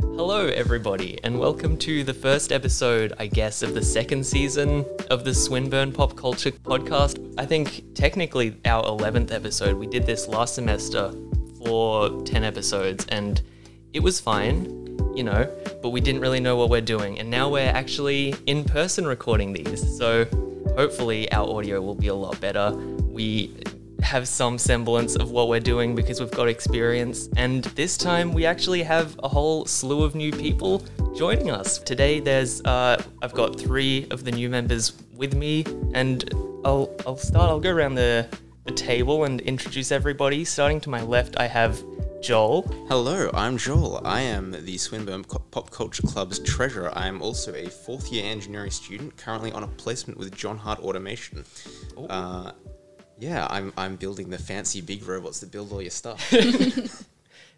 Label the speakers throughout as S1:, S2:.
S1: Hello, everybody, and welcome to the first episode, I guess, of the second season of the Swinburne Pop Culture Podcast. I think technically our 11th episode. We did this last semester for 10 episodes, and it was fine, you know, but we didn't really know what we're doing. And now we're actually in person recording these, so hopefully our audio will be a lot better. We have some semblance of what we're doing because we've got experience. And this time we actually have a whole slew of new people joining us. Today there's uh, I've got three of the new members with me, and I'll I'll start. I'll go around the the table and introduce everybody. Starting to my left, I have Joel.
S2: Hello, I'm Joel. I am the Swinburne Co- Pop Culture Club's treasurer. I am also a fourth year engineering student, currently on a placement with John Hart Automation.
S1: Oh.
S2: Uh, yeah, I'm, I'm building the fancy big robots that build all your stuff.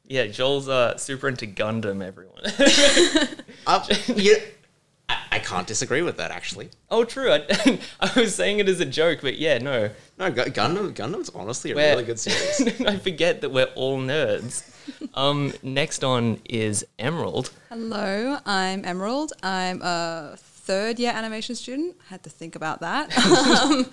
S1: Yeah, Joel's uh, super into Gundam. Everyone.
S2: Up- Uh, you- I, I can't disagree with that, actually.
S1: oh, true. I, I was saying it as a joke, but yeah, no.
S2: No, Gu- Gundam, Gundam's honestly a
S1: We're-
S2: really good series.
S1: I forget that we're all nerds. Um, next on is Emerald.
S3: Hello, I'm Emerald. I'm a third year animation student. Had to think about that. um,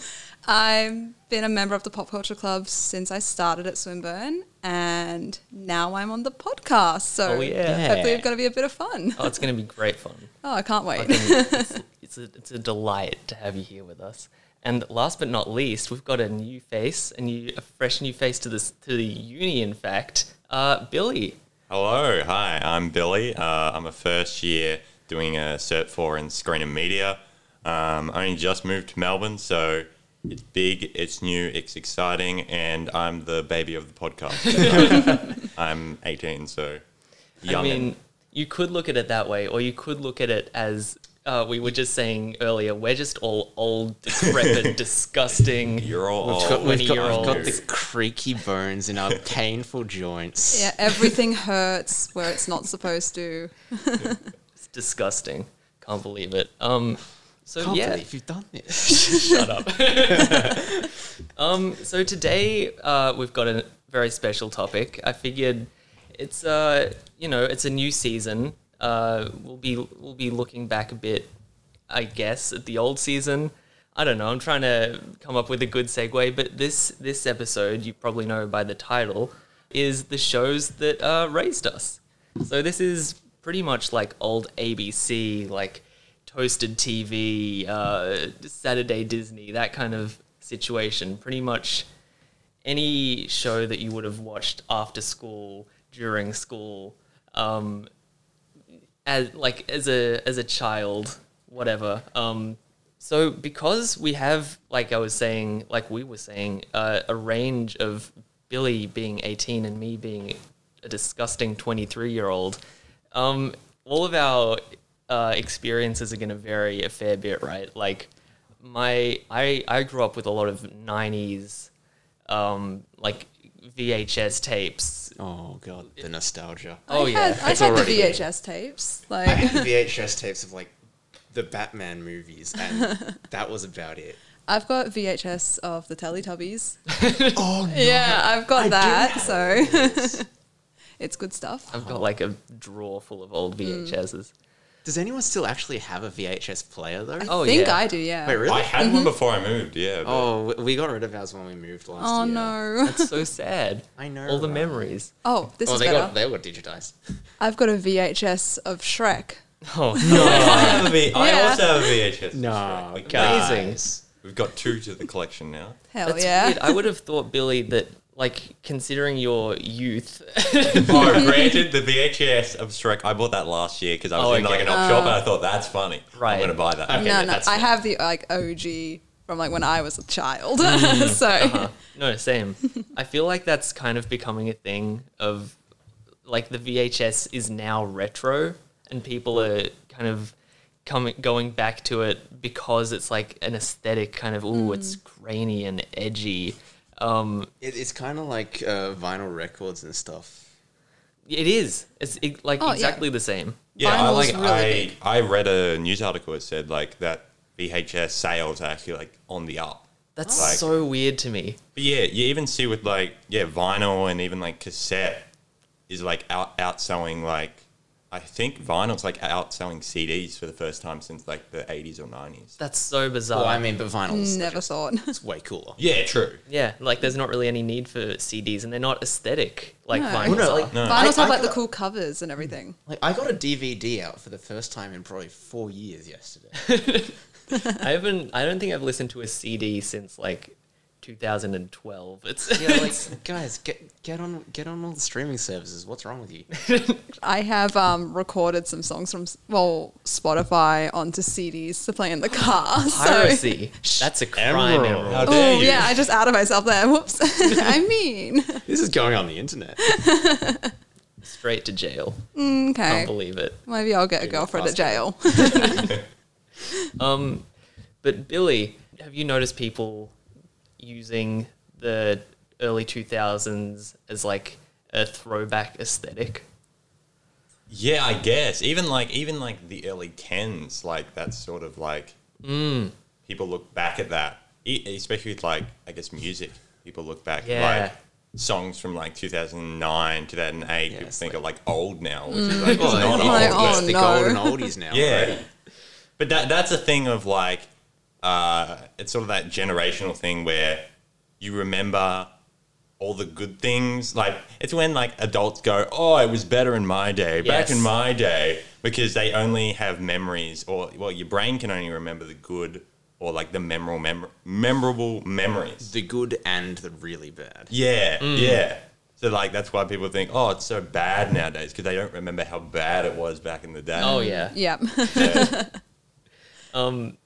S3: I've been a member of the Pop Culture Club since I started at Swinburne, and now I'm on the podcast. So
S1: Oh, yeah.
S3: hopefully it's going to be a bit of fun.
S1: Oh, it's going to be great fun.
S3: Oh, I can't wait.
S1: it's, it's a, it's a delight to have you here with us. And last but not least, we've got a new face, a, new, a fresh new face to this to the uni. In fact, uh, Billy.
S4: Hello, hi, I'm Billy. Uh, I'm a first year doing a Cert 4 in Screen and Media. Um, I only just moved to Melbourne, so it's big, it's new, it's exciting, and I'm the baby of the podcast. I'm 18, so
S1: I
S4: young.
S1: mean, you could look at it that way, or you could look at it as uh, we were just saying earlier. We're just all old, decrepit, disgusting.
S4: you're all
S2: We've
S4: old.
S2: got, we've got- we've got
S1: Twenty-year-olds.
S2: the creaky bones in our painful joints.
S3: yeah, everything hurts where it's not supposed to.
S1: disgusting. Can't believe it. Um, so
S2: can't
S1: yeah,
S2: believe you've done this.
S1: um, so today uh, we've got a very special topic. I figured it's uh, you know, it's a new season. Uh, we'll be we'll be looking back a bit, I guess, at the old season. I don't know. I'm trying to come up with a good segue, but this this episode, you probably know by the title, is the shows that uh, raised us. So this is pretty much like old ABC, like toasted TV, uh, Saturday Disney, that kind of situation. Pretty much any show that you would have watched after school, during school, um, as like as a as a child, whatever. Um, so because we have, like I was saying, like we were saying, uh, a range of Billy being eighteen and me being a disgusting twenty three year old, um, all of our uh, experiences are going to vary a fair bit, right? Like my I I grew up with a lot of nineties um, like VHS tapes.
S2: Oh, God, the nostalgia.
S1: Oh,
S3: I
S1: yeah.
S3: had, I
S2: It's
S3: had the
S2: already-
S3: VHS tapes.
S2: I
S3: Like
S2: had VHS tapes of like the Batman movies, and that was about it.
S3: I've got VHS of the Teletubbies.
S2: Oh
S3: Yeah, I've got that. So
S2: so.
S3: it's good stuff.
S1: I've got like a drawer full of old VHSs.
S2: Does anyone still actually have a VHS player though?
S1: Oh,
S3: I think
S1: yeah.
S3: I do, yeah.
S2: Wait, really?
S4: I had one before I moved, yeah. but-
S2: Oh, we- we got rid of ours when we moved last
S3: oh
S2: year.
S3: no.
S1: It's so sad.
S2: I know,
S1: all the
S2: right?
S1: memories.
S3: Oh, this
S2: Oh,
S3: is
S2: they
S3: better.
S2: got they got digitized.
S3: I've got a VHS of Shrek.
S1: Oh no!
S4: I, have a V- I
S3: Yeah.
S4: also have a VHS.
S2: No,
S4: We can't-
S1: Amazing.
S4: We've got two to the collection now.
S3: Hell
S1: That's
S3: yeah.
S1: weird. I would have thought, Billy, that like considering your youth,
S4: Oh, granted, the VHS of Shrek, I bought that last year because I was
S1: Oh,
S4: in
S1: okay.
S4: like an op shop and I thought that's funny.
S1: Right.
S4: I'm going to buy that.
S2: Okay.
S3: no,
S2: yeah,
S3: no.
S2: that's
S3: I
S2: fair.
S3: have the like OG from like when I was a child. so
S1: no, same. I feel like that's kind of becoming a thing of like the VHS is now retro, and people are kind of coming going back to it because it's like an aesthetic kind of ooh, it's
S3: Mm.
S1: grainy and edgy. Um,
S2: It, it's kind of like uh, vinyl records and stuff.
S1: it is. It's it, like
S3: Oh, yeah.
S1: exactly the same.
S4: Yeah, I
S3: Vinyl's
S4: like.
S3: really big.
S4: I I read a news article that said like that VHS sales are actually like on the up.
S1: That's
S4: Like-
S1: so weird to me.
S4: But yeah, you even see with like yeah vinyl and even like cassette is like out outselling like I think vinyl's like outselling CDs for the first time since like the 80s or 90s.
S1: That's so bizarre.
S2: Well, Oh, I mean, but vinyls.
S3: Never thought.
S2: It's way cooler.
S5: Yeah, true.
S1: yeah, like there's not really any need for CDs, and they're not aesthetic like
S3: No.
S1: vinyls.
S2: No,
S1: are.
S2: like-
S4: No.
S3: Vinyls
S2: I-
S3: have
S2: I
S3: like the
S2: got-
S3: cool covers and everything.
S2: Like I got a DVD out for the first time in probably four years yesterday.
S1: I haven't. I don't think I've listened to a CD since like 2012. It's
S2: Yeah, like guys, get get on get on all the streaming services. What's wrong with you?
S3: I have um, recorded some songs from well Spotify onto CDs to play in the car. so-
S1: piracy. That's a crime.
S2: Emerald.
S1: Emerald.
S4: How dare
S3: Oh
S4: you?
S3: yeah, I just outed myself there. Whoops. I mean,
S2: This is going on the internet.
S1: Straight to jail. Can't
S3: okay.
S1: believe it.
S3: Maybe I'll get a girlfriend at jail.
S1: Um, but Billy, have you noticed people using the early 2000s as like a throwback aesthetic?
S4: Yeah, I guess. Even like even like the early tens, like that's sort of like people look back at that. E- especially with like I guess music. People look back
S1: Yeah.
S4: like songs from like 2009, 2008. people
S2: it's Mm.
S4: think are like old now, which is like it's
S2: Well,
S4: not
S3: it's
S4: old.
S3: like,
S4: but-
S3: oh,
S2: it's the
S3: no.
S2: golden oldies now.
S4: yeah.
S2: right?
S4: But that that's a thing of like uh, it's sort of that generational thing where you remember all the good things. Like it's when like adults go, "Oh, it was better in my day. Back
S1: Yes.
S4: in my day," because they only have memories, or well, your brain can only remember the good or like the memorable mem- memorable memories.
S2: The good and the really bad.
S4: Yeah,
S1: Mm.
S4: yeah. So like that's why people think, "Oh, it's so bad nowadays," because they don't remember how bad it was back in the day.
S1: Oh yeah.
S3: yep.
S4: Yeah.
S1: Um,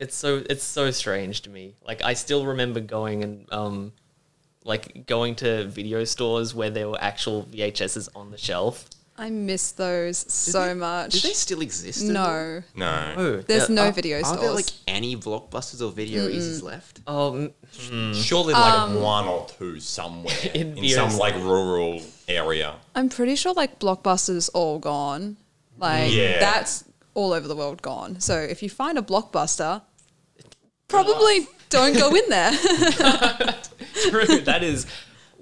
S1: it's so it's so strange to me. Like I still remember going and um, like going to video stores where there were actual VHSs on the shelf.
S3: I miss those
S2: Did
S3: so
S2: they-
S3: much.
S2: Do they still exist? at all?
S3: no,
S4: no.
S1: Oh,
S3: there's
S1: yeah,
S3: no
S2: Are-
S3: video
S2: Are there
S3: stores. Mm.
S2: like any blockbusters or video easies left?
S1: Oh, m-
S4: Mm-hmm. Surely, like one or two somewhere
S1: In
S4: in,
S1: the
S4: some
S1: earth.
S4: like rural area.
S3: I'm pretty sure like Blockbuster's all gone. Like
S4: Yeah.
S3: that's all over the world gone. So if you find a Blockbuster, probably don't go in there.
S1: Oh, true. that is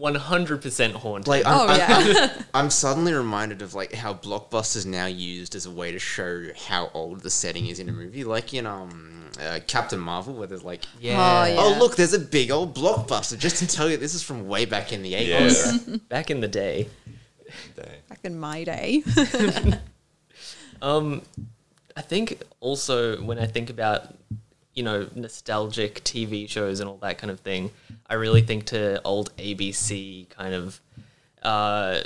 S1: 100% haunted.
S2: Like, I'm,
S3: oh
S2: I'm-
S3: yeah.
S2: I'm suddenly reminded of like how blockbusters now used as a way to show how old the setting is in a movie, like in um uh, Captain Marvel, where there's like,
S1: yeah.
S3: Oh, yeah.
S2: oh look, there's a big old blockbuster just to tell you this is from way back in the
S4: Yeah.
S2: eighties.
S1: Back in the day.
S4: They-
S3: Back in my day.
S1: Um, I think also when I think about you know nostalgic TV shows and all that kind of thing, I really think to old ABC kind of uh,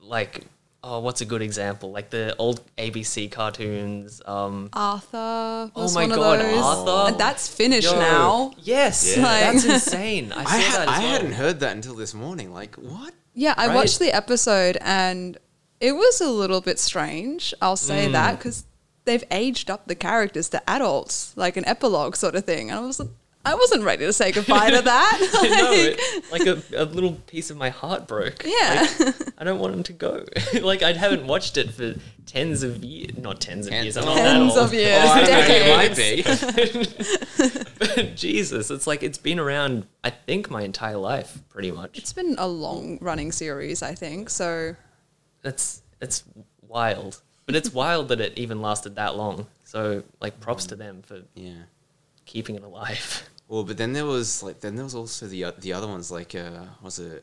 S1: like oh, what's a good example? Like the old ABC cartoons. Um,
S3: Arthur
S1: Oh
S3: was
S1: my
S3: one of
S1: God,
S3: those.
S1: Arthur.
S3: And that's finished
S1: yo,
S3: now.
S1: yes,
S4: Yeah.
S3: Like-
S1: that's insane. I saw
S2: I, ha-
S1: that as
S2: I
S1: well.
S2: hadn't heard that until this morning. Like what?
S3: Yeah, I
S1: Right.
S3: watched the episode and it was a little bit strange. I'll
S2: Mm.
S3: say that because they've aged up the characters to adults, like an epilogue sort of thing. And I wasn't, I wasn't ready to say goodbye to that.
S1: I know,
S3: Like,
S1: it- like a, a little piece of my heart broke.
S3: yeah,
S1: I don't want him to go. like I haven't watched it for tens of years. Not tens of
S2: Tens.
S1: years. I'm not that
S3: tens
S1: old.
S3: of years,
S2: Oh, I don't know, it
S3: decades.
S2: might be.
S1: Jesus, it's like it's been around. I think my entire life, pretty much.
S3: It's been a long-running series, I think. So
S1: It's it's wild, but it's wild that it even lasted that long. So like, props to them for
S2: Yeah.
S1: keeping it alive.
S2: Well, but then there was like then there was also the o- the other ones like uh was it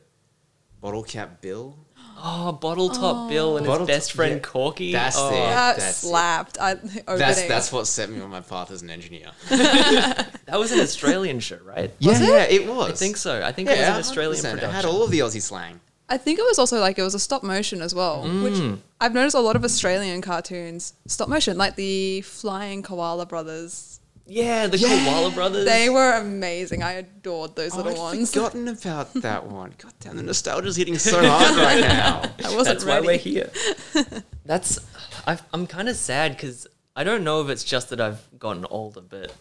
S2: Bottle Cap Bill?
S1: Oh, Bottle Top Bill and
S2: Bottle
S1: his best
S2: Top-
S1: friend
S2: yeah.
S1: Corky.
S2: That's
S1: oh,
S2: it.
S3: that
S2: that's it.
S3: slapped. I, the opening.
S2: That's that's what set me on my path as an engineer.
S1: That was an Australian show, right?
S2: yeah, yeah, it was.
S1: I think so. I think
S2: Yeah,
S1: it was an Australian
S2: 100%.
S1: production.
S2: It had all of the Aussie slang.
S3: I think it was also like it was a stop motion as well,
S2: Mm.
S3: which I've noticed a lot of Australian cartoons stop motion, like the Flying Koala Brothers.
S1: yeah, the Koala Brothers.
S3: They were amazing. I adored those
S2: Oh,
S3: little
S2: I'd
S3: ones.
S2: forgotten about that one. God damn, the nostalgia's hitting so hard right now.
S3: I wasn't
S1: That's
S3: ready.
S1: why we're here. That's I've, I'm kind of sad because I don't know if it's just that I've gotten older, but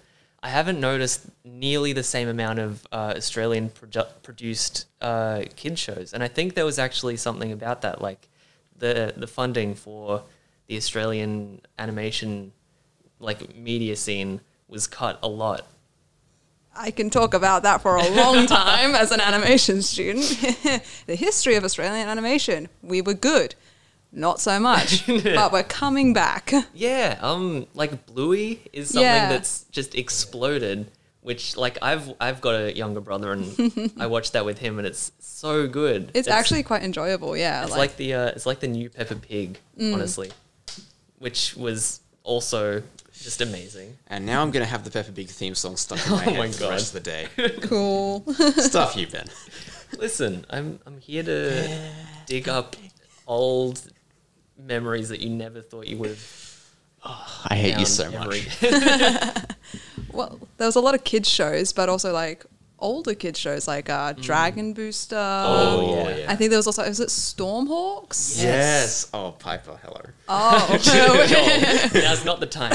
S1: I haven't noticed nearly the same amount of uh, Australian produ- produced uh, kid shows, and I think there was actually something about that, like the the funding for the Australian animation like media scene was cut a lot.
S3: I can talk about that for a long time as an animation student. the history of Australian animation. We were good. not so much. but we're coming back.
S1: Yeah, um, like Bluey is something
S3: Yeah.
S1: that's just exploded. Which, like, I've I've got a younger brother, and I watched that with him, and it's so good.
S3: It's, actually quite enjoyable. Yeah,
S1: it's like, the uh, it's like the new Peppa Pig,
S3: Mm.
S1: honestly, which was also just amazing.
S2: And now I'm going to have the Peppa Pig theme song stuck in my head
S1: Oh my
S2: for the
S1: God.
S2: rest of the day.
S3: cool.
S2: Stuff you, Ben.
S1: Listen, I'm I'm here to dig up old memories that you never thought you would have.
S2: I hate you
S1: found
S2: so
S1: every-
S2: much.
S3: well, there was a lot of kids shows, but also like older kids shows like uh, Dragon Booster.
S1: Mm. Oh, yeah.
S3: I think there was also was it Stormhawks?
S1: Yeah.
S2: Yes. Oh, Piper, hello.
S3: Oh,
S1: No, now's not the time.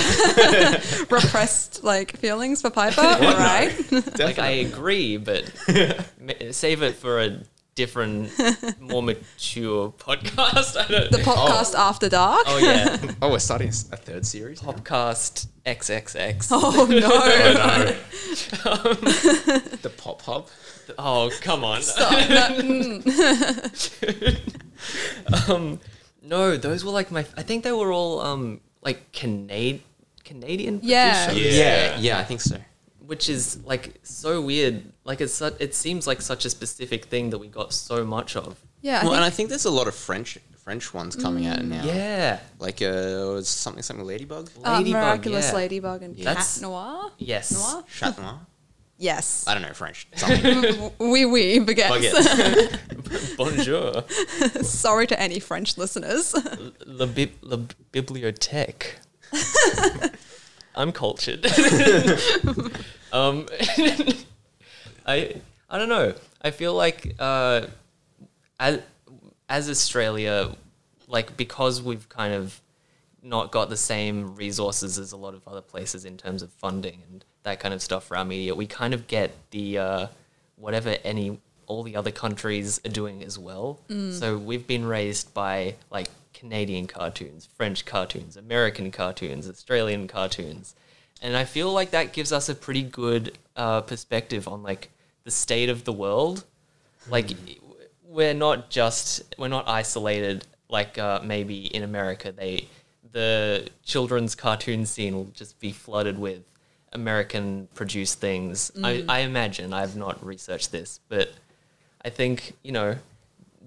S3: repressed like feelings for Piper. All right.
S1: Like I agree, but ma- save it for a different, more mature podcast. I don't.
S3: The podcast after dark.
S1: oh yeah,
S2: Oh, we're starting a s- a third series? now?
S1: podcast XXX.
S3: Oh no!
S4: No.
S2: The Pop Hub?
S1: Oh come on.
S3: Stop. No, mm.
S1: No, those were like my. I think they were all um like Canadian Canadian.
S3: Yeah.
S1: producers,
S4: Yeah.
S2: Yeah, yeah, I think so.
S1: which is like so weird. Like it's su- it seems like such a specific thing that we got so much of.
S3: Yeah, I
S2: well,
S3: think
S2: and I think there's a lot of French French ones coming out now.
S1: Yeah.
S2: Like uh, something, something Ladybug?
S3: uh,
S1: Ladybug,
S3: Miraculous
S1: yeah.
S3: Ladybug and
S1: That's-
S3: Cat Noir.
S1: Yes.
S3: Noir.
S2: Chat Noir?
S3: Yes.
S2: I don't know, French. Something.
S3: We we
S1: Oh,
S2: Bug
S3: baguettes.
S2: it.
S1: Bonjour.
S3: Sorry to any French listeners.
S1: La, bib- la bibliothèque. I'm cultured. um, I I don't know. I feel like uh, as as Australia, like because we've kind of not got the same resources as a lot of other places in terms of funding and that kind of stuff for our media, we kind of get the uh, whatever any all the other countries are doing as well. So we've been raised by like Canadian cartoons, French cartoons, American cartoons, Australian cartoons, and I feel like that gives us a pretty good uh, perspective on like the state of the world like we're not just we're not isolated like uh, maybe in america they the children's cartoon scene will just be flooded with american produced things I, I imagine i've not researched this but i think you know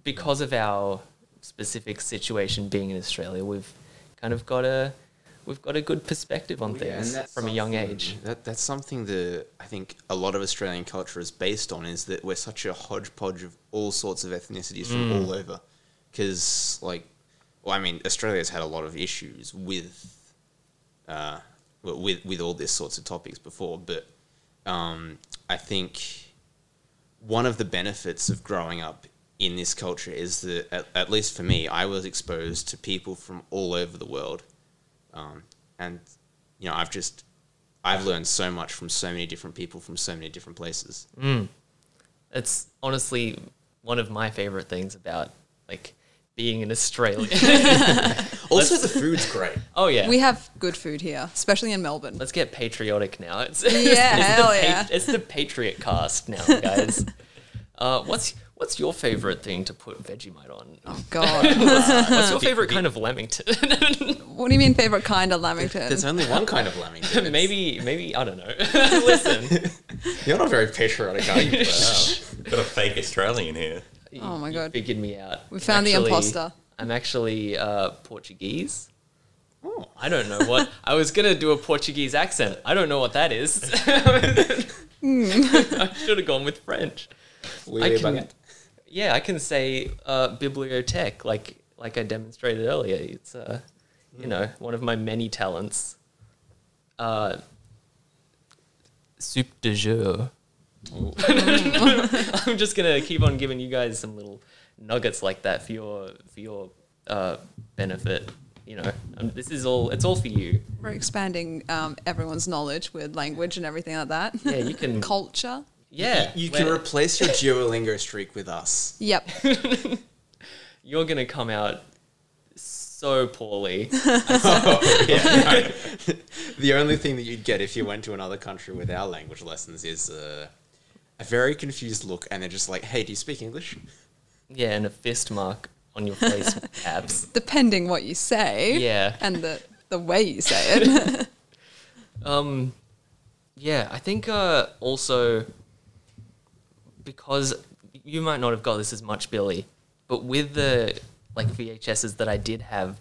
S1: because of our specific situation being in australia we've kind of got a we've got a good perspective on things from a young age
S2: That, that's something that I think a lot of Australian culture is based on is that we're such a hodgepodge of all sorts of ethnicities
S1: Mm.
S2: from all over. Because, like, well, I mean, Australia's had a lot of issues with, uh, wi- with with all these sorts of topics before, but um, I think one of the benefits of growing up in this culture is that, at, at least for me, I was exposed to people from all over the world, um, and you know, I've just I've learned so much from so many different people from so many different places.
S1: it's honestly one of my favorite things about like being in australia
S2: Also, the food's great.
S1: oh yeah
S3: We have good food here, especially in Melbourne.
S1: Let's get patriotic now. It's,
S3: Yeah, hell
S1: the
S3: yeah.
S1: It's the Patriot cast now, guys. uh, what's what's your favorite thing to put Vegemite on?
S3: Oh, God,
S1: What's your favorite kind of lamington?
S3: what do you mean favorite kind of Lamington?
S2: There's only one kind of lemming.
S1: maybe, maybe I don't know. Listen,
S2: You're not very patriotic, are you?
S4: Got a fake Australian here.
S3: Oh my
S1: you
S3: God.
S1: figured me out.
S3: We found the
S1: Actually,
S3: imposter.
S1: I'm actually uh, Portuguese.
S2: Oh.
S1: I don't know what I was gonna do a Portuguese accent. I don't know what that is. I should have gone with French.
S2: We
S1: I can, yeah, I can say uh, bibliotech like like I demonstrated earlier. It's uh, you know one of my many talents. Uh, soup de jour. I'm just gonna keep on giving you guys some little nuggets like that for your for your uh, benefit. You know, um, this is all it's all for you.
S3: We're expanding um, everyone's knowledge with language and everything like that.
S1: Yeah, you can.
S3: Culture.
S1: Yeah,
S2: You can
S1: we're-
S2: replace your Duolingo streak with us.
S3: Yep.
S1: you're gonna come out so poorly.
S2: The only thing that you'd get if you went to another country with our language lessons is uh, a very confused look, and they're just like, "Hey, do you speak English?"
S1: Yeah, and a fist mark. on your face abs.
S3: depending what you say
S1: Yeah.
S3: and the, the way you say it.
S1: Um, yeah, I think uh, also because you might not have got this as much, Billy, but with the like VHSs that I did have,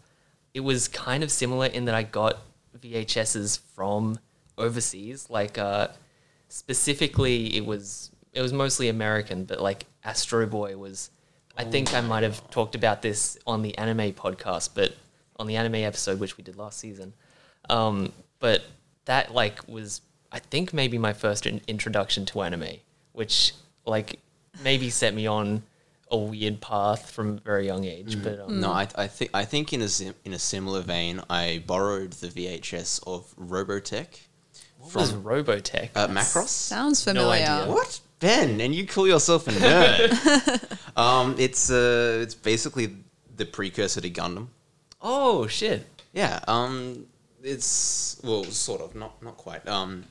S1: it was kind of similar in that I got VHSs from overseas. Like uh, specifically, it was it was mostly American, but like Astro Boy was. I think I might have talked about this on the anime podcast, but on the anime episode which we did last season. Um, but that like was I think maybe my first in- introduction to anime, which like maybe set me on a weird path from a very young age. But um,
S2: No, I, I think I think in a sim- in a similar vein, I borrowed the VHS of Robotech
S1: what was Robotech?
S2: uh, Macross.
S3: Sounds familiar.
S1: idea.
S2: What Ben? And you call yourself a nerd? um, it's uh, it's basically the precursor to Gundam.
S1: oh shit!
S2: Yeah. Um, it's well, sort of, not not quite. Um,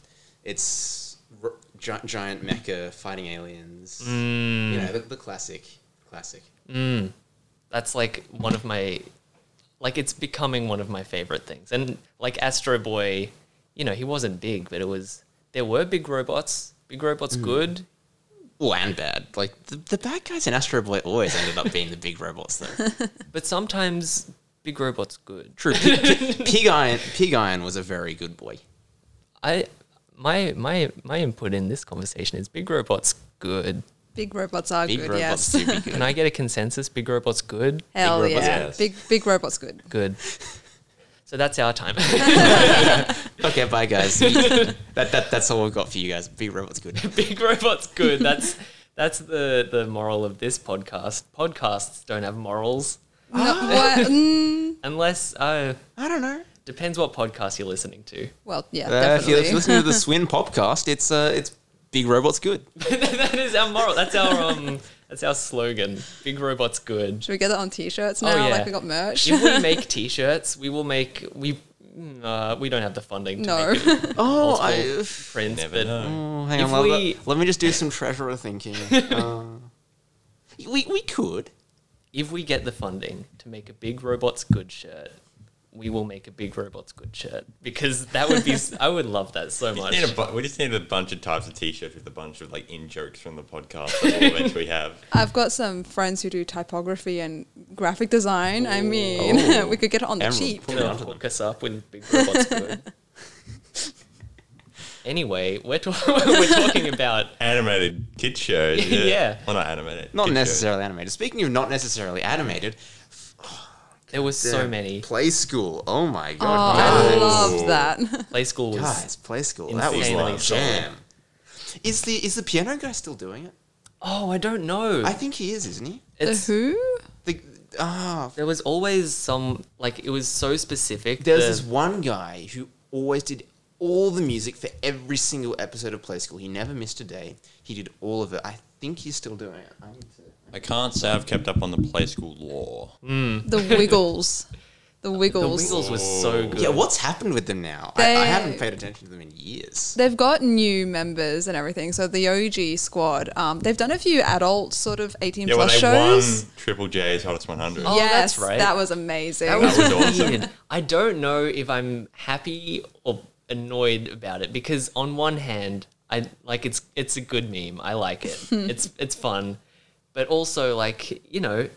S2: it's r- gi- giant mecha fighting aliens.
S3: Mm.
S2: You know, the, the classic, classic.
S1: That's like one of my like it's becoming one of my favorite things. And like Astro Boy, you know, he wasn't big, but it was there were big robots. Big robots good.
S2: Well, and bad. Like the, the bad guys in Astro Boy always ended up being the big robots, though.
S1: But sometimes big robots good.
S2: True. Pig, Pig- Pig Iron, Pig Iron was a very good boy.
S1: I my my my input in this conversation is big robots good.
S3: Big robots are
S2: Big
S3: good,
S2: robots
S3: yes.
S2: do be
S1: Can
S2: good.
S1: I get a consensus? Big robots good?
S3: Hell
S2: robots,
S3: yeah.
S4: yes.
S3: Big big robots good.
S1: Good. So that's our time.
S2: okay, bye guys. that, that that's all we've got for you guys. Big robots good.
S1: big robots good. That's that's the the moral of this podcast. Podcasts don't have morals
S3: No, what- mm,
S1: unless uh
S2: I don't know.
S1: depends what podcast you're listening to.
S3: well, yeah,
S2: Uh, if you're
S3: definitely.
S2: listening to the Swin podcast, it's uh, it's big robots good.
S1: that is our moral. That's our um that's our slogan. Big robots good.
S3: Should we get that on t-shirts
S1: Oh,
S3: now?
S1: yeah.
S3: Like we got merch?
S1: If we make t-shirts, we will make we mm, uh, we don't have the funding to
S3: no.
S1: make it
S2: Oh,
S1: multiple
S2: I.
S1: prints,
S4: Never
S1: but
S4: know.
S2: Oh, hang
S1: If
S2: on. Let,
S1: we-
S2: let me just do some treasurer thinking. Uh, we we could.
S1: if we get the funding to make a big robots good shirt, we will make a big robots good shirt because that would be I would love that so
S4: We
S1: much.
S4: just, need a bu- we just need a bunch of types of t-shirts with a bunch of like in jokes from the podcast that we'll eventually have.
S3: I've got some friends who do typography and graphic design. I mean,
S2: Oh.
S3: we could get it on the
S2: Emerald.
S3: cheap.
S1: They'll hook us up with big robots good. anyway, we're, ta- we're talking about
S4: Animated kid shows.
S1: Yeah.
S4: Well, not animated.
S2: Not
S4: kid shows.
S2: necessarily animated. Speaking of not necessarily animated,
S1: there was so
S2: damn,
S1: many
S2: Play school. Oh my
S3: Oh,
S2: god.
S3: I
S4: Nice.
S3: love that.
S1: play school was
S2: Guys, play school. That was
S1: insanely
S2: like jam. Is the is the piano guy still doing it?
S1: oh I don't know
S2: I think he is, isn't he?
S3: The
S1: it's
S3: who?
S2: The ah,
S1: there was always some like it was so specific
S2: there's
S1: the-
S2: this one guy who always did all the music for every single episode of Play School. He never missed a day. He did all of it. I think he's still doing it. I need to.
S4: I can't say I've kept up on the play school lore.
S3: The Wiggles. The
S1: the
S3: Wiggles.
S1: Wiggles was so good
S2: Yeah, what's happened with them now? I, I
S3: They-
S2: haven't paid attention to them in years.
S3: They've got new members and everything. So the OG squad, um, they've done a few adult sort of 18
S4: Yeah, well,
S3: plus
S4: they
S3: shows.
S4: won Triple J's Hottest 100.
S1: Oh, that's
S3: yes,
S1: right.
S3: that was amazing.
S4: was That awesome.
S1: weird. I don't know if I'm happy or annoyed about it because on one hand, I like it's it's a good meme. I like it. it's it's fun, but also like you know,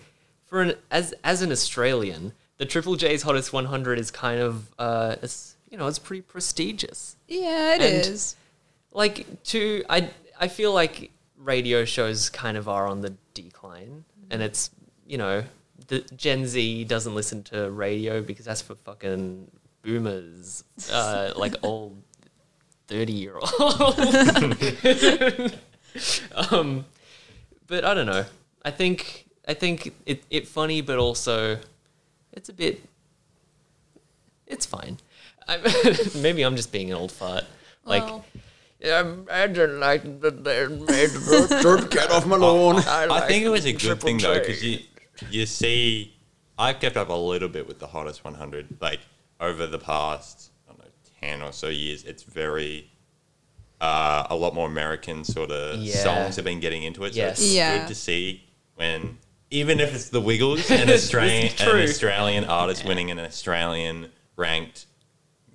S1: for an as as an Australian, the Triple J's Hottest 100 is kind of uh, it's, you know, it's pretty prestigious.
S3: yeah, it
S1: And-
S3: is.
S1: Like to I I feel like radio shows kind of are on the decline, and it's you know the Gen Z doesn't listen to radio because that's for fucking boomers, uh, like old thirty year old. um, but I don't know. I think I think it it funny, but also it's a bit. It's fine. I, maybe I'm just being an old fart. Like.
S3: Well.
S1: Imagine like that they made
S2: Don't get off my lawn.
S4: I think it was a good
S1: Triple
S4: thing though
S1: J.
S4: because you you see, I've kept up a little bit with the hottest 100 like over the past I don't know 10 or so years. It's very uh, a lot more American sort of
S1: Yeah.
S4: songs have been getting into it. So
S1: Yes.
S4: it's
S3: Yeah.
S4: good to see when even if it's the Wiggles and Australian,
S1: This is
S4: an
S1: true.
S4: Australian artist winning an Australian ranked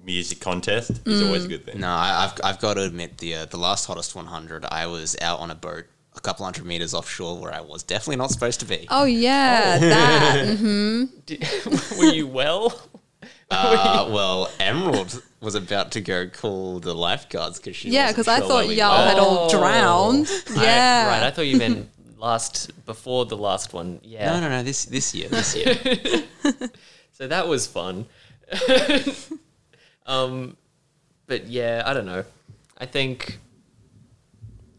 S4: music contest is always a good thing.
S2: No, I, I've I've got to admit the uh, the last hottest 100. I was out on a boat a couple hundred meters offshore where I was definitely not supposed to be.
S3: Oh yeah, that.
S1: Did, were you well?
S2: Uh, well, Emerald was about to go call the lifeguards because she
S3: Yeah,
S2: wasn't
S3: because I
S2: sure
S3: thought
S2: where we
S3: y'all
S2: were.
S3: had
S1: Oh.
S3: all drowned.
S1: I-
S3: Yeah.
S1: right. I thought you meant last before the last one. Yeah.
S2: No, no, no. This this year, this year.
S1: So that was fun. um, but yeah, I don't know. I think,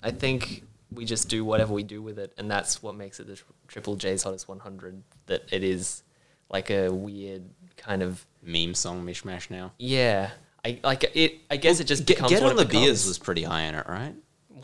S1: I think we just do whatever we do with it, and that's what makes it the tr- Triple J's hottest 100. That it is like a weird kind of
S2: Meme song mishmash. Now,
S1: yeah. I like it. I guess it just becomes
S2: get
S1: what
S2: on
S1: it
S2: the beers
S1: becomes.
S2: was pretty high in it, right?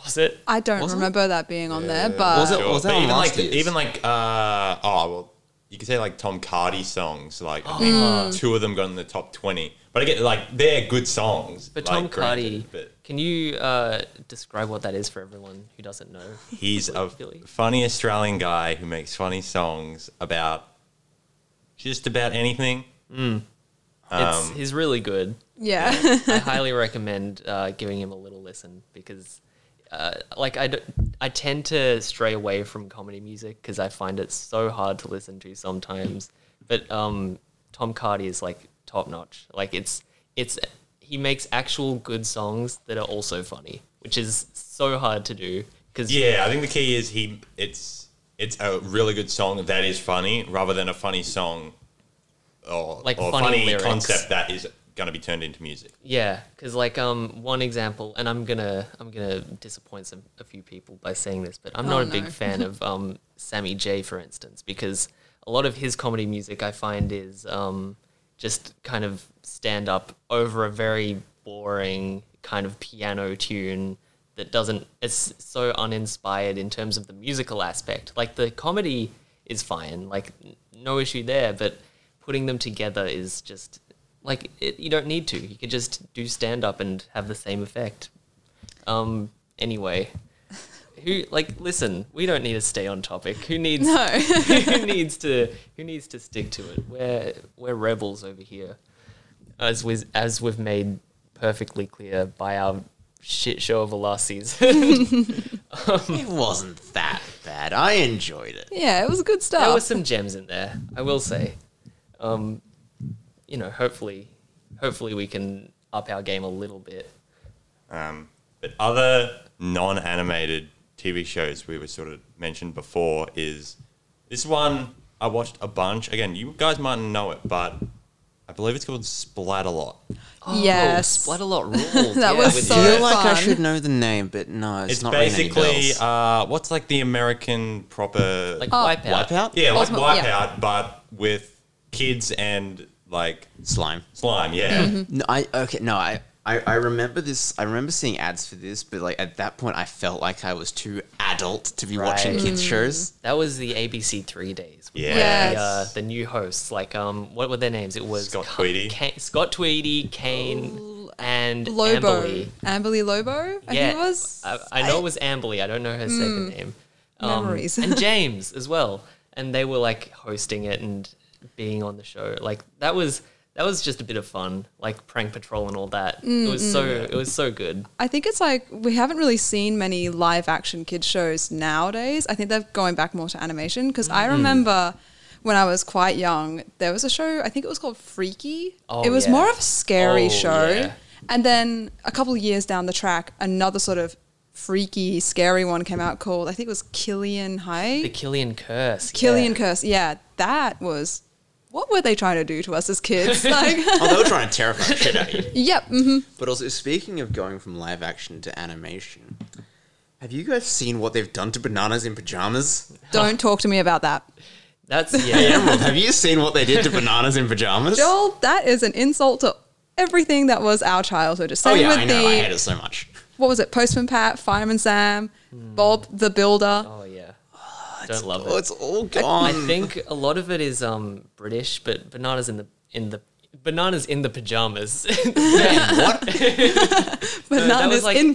S1: was it?
S3: I don't
S2: Wasn't
S3: remember that being on there,
S4: Yeah.
S3: but
S2: Was it-
S4: Sure.
S2: was that
S4: But
S2: on
S4: even
S2: last
S4: like
S2: year's?
S4: even like uh oh well you could say like Tom Cardi songs like
S1: Oh.
S4: I think two of them got in the top twenty. But I get like they're good songs.
S1: But
S4: like,
S1: Tom Cardi,
S4: granted, but
S1: can you uh, describe what that is for everyone who doesn't know?
S4: he's a
S1: Billy.
S4: funny Australian guy who makes funny songs about just about anything.
S2: Um,
S1: it's, he's really good.
S3: yeah.
S1: I highly recommend uh, giving him a little listen because, uh, like, I, d- I tend to stray away from comedy music because I find it so hard to listen to sometimes. But um, Tom Cardi is like top notch. Like, it's it's he makes actual good songs that are also funny, which is so hard to do because
S4: Yeah, I think the key is he it's it's a really good song that is funny rather than a funny song or
S1: Like
S4: or
S1: funny
S4: funny
S1: lyrics.
S4: concept that is gonna be turned into music.
S1: Yeah, because like um one example, and I'm gonna I'm gonna disappoint some a few people by saying this, but I'm not
S3: Oh,
S1: a big
S3: no.
S1: fan of um Sammy J for instance because a lot of his comedy music I find is um just kind of stand up over a very boring kind of piano tune that doesn't it's so uninspired in terms of the musical aspect. Like the comedy is fine, like n- no issue there, but putting them together is just like it, you don't need to. You could just do stand up and have the same effect. Um. Anyway, who like listen? We don't need to stay on topic. Who needs?
S3: No.
S1: who needs to? Who needs to stick to it? We're we're rebels over here, as we as we've made perfectly clear by our shit show of a last season.
S2: It wasn't that bad. I enjoyed it.
S3: Yeah, it was good stuff.
S1: there were some gems in there. I will say, um, you know, hopefully, hopefully we can up our game a little bit.
S4: Um, but other non-animated TV shows we were sort of mentioned before is this one I watched a bunch. Again, you guys mightn't know it, but I believe it's called Splatterlot.
S3: yes.
S1: Oh, Splatterlot rules. yeah,
S3: That was
S1: with
S3: so Oh.
S1: Jack.
S2: feel like I
S3: fun.
S2: should know the name, but no, it's,
S4: It's,
S2: not
S4: basically
S2: basically
S4: uh, what's like the American proper
S1: like
S3: Oh.
S1: wipeout.
S2: wipeout.
S4: yeah, like
S3: Ultimate-
S4: Wipeout,
S3: yeah.
S4: but with kids and like
S2: slime.
S4: slime. Yeah,
S2: No, I okay. No, I, I I remember this. I remember seeing ads for this, but like at that point, I felt like I was too adult to be watching
S1: Right. Mm.
S2: kids shows.
S1: That was the ABC Three days. with
S4: yeah.
S1: The,
S3: Yes.
S1: uh, the new hosts, like um, what were their names? It was
S4: Scott
S1: Ca-
S4: Tweedy.
S1: Ca- Scott Tweedy, Kane, and
S3: Lobo.
S1: Amberley.
S3: Amberly Lobo, I
S1: Yeah,
S3: think it was. Mm.
S1: I, I know it was Amberley. I don't know her second name. Um,
S3: Memories.
S1: and James as well. And they were like hosting it and being on the show. Like that was that was just a bit of fun, like prank patrol and all that.
S3: Mm,
S1: It was so it was so good.
S3: I think it's like we haven't really seen many live action kid shows nowadays. I think they're going back more to animation because
S1: Mm.
S3: I remember when I was quite young, there was a show, I think it was called Freaky.
S1: Oh,
S3: it was
S1: yeah.
S3: more of a scary
S1: Oh,
S3: show.
S1: yeah.
S3: And then a couple of years down the track, another sort of freaky, scary one came out called, I think it was Killian High.
S1: The Killian Curse. yeah.
S3: Killian Curse. Yeah, that was. What were they trying to do to us as kids? Like,
S2: Oh, they were trying to terrify the shit out of you.
S3: yep. hmm
S2: But also, speaking of going from live action to animation, have you guys seen what they've done to bananas in pajamas?
S3: Don't talk to me about that.
S1: That's
S2: Hey,
S1: yeah.
S2: Emerald, have you seen what they did to bananas in pajamas?
S3: Joel, that is an insult to everything that was our childhood. Just
S2: oh
S3: same
S2: yeah,
S3: with
S2: I know.
S3: the
S2: I hate it so much.
S3: what was it? Postman Pat, Fireman Sam, Bob the Builder.
S1: oh yeah. Don't love it.
S2: Oh, it's all gone.
S1: I think a lot of it is um, British, but bananas in the in the bananas in the pajamas.
S2: what?
S3: But
S1: that
S3: not
S1: was
S3: this
S1: like-
S3: in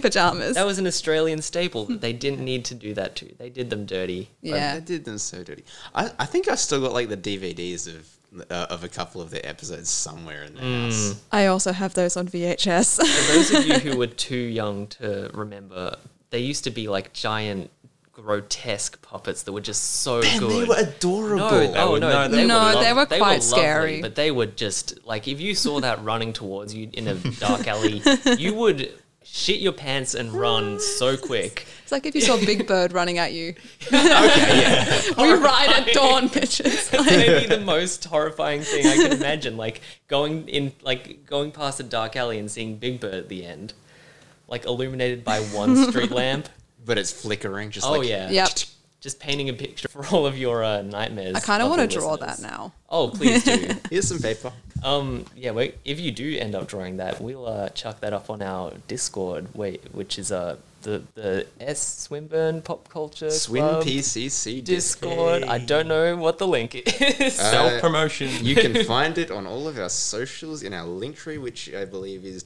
S3: pajamas.
S1: that was an Australian staple. that They didn't need to do that to. They did them dirty.
S2: Yeah.
S3: yeah.
S2: They did them so dirty. I, I think I've still got like the DVDs of uh, of a couple of the episodes somewhere in the house.
S3: I also have those on VHS.
S1: For those of you who were too young to remember, they used to be like giant, grotesque puppets that were just so
S2: And
S1: good.
S2: they were adorable.
S1: No, oh
S4: would-
S1: no, they
S4: no, they
S1: were,
S3: would- No, they were quite
S1: lovely,
S3: scary.
S1: But they were just like if you saw that running towards you in a dark alley, you would shit your pants and run so quick.
S3: it's like if you saw Big Bird running at you.
S2: okay, yeah.
S3: we ride at dawn, bitches.
S1: That's maybe the most horrifying thing I can imagine. Like going in, like going past a dark alley and seeing Big Bird at the end, like illuminated by one street lamp.
S2: But it's flickering, just
S1: Oh
S2: like
S1: yeah,
S3: Yep.
S1: Just painting a picture for all of your uh, nightmares.
S3: I kind of want
S1: lovely
S3: to draw
S1: listeners.
S3: that now.
S1: Oh, please do.
S2: Here's some paper.
S1: Um, yeah, wait, if you do end up drawing that, we'll uh, chuck that up on our Discord, wait, which is uh, the, the S Swinburne Pop Culture
S2: Swin
S1: Club
S2: PCC
S1: Discord. I don't know what the link is.
S2: Uh,
S4: Self promotion.
S2: You can find it on all of our socials in our link tree, which I believe is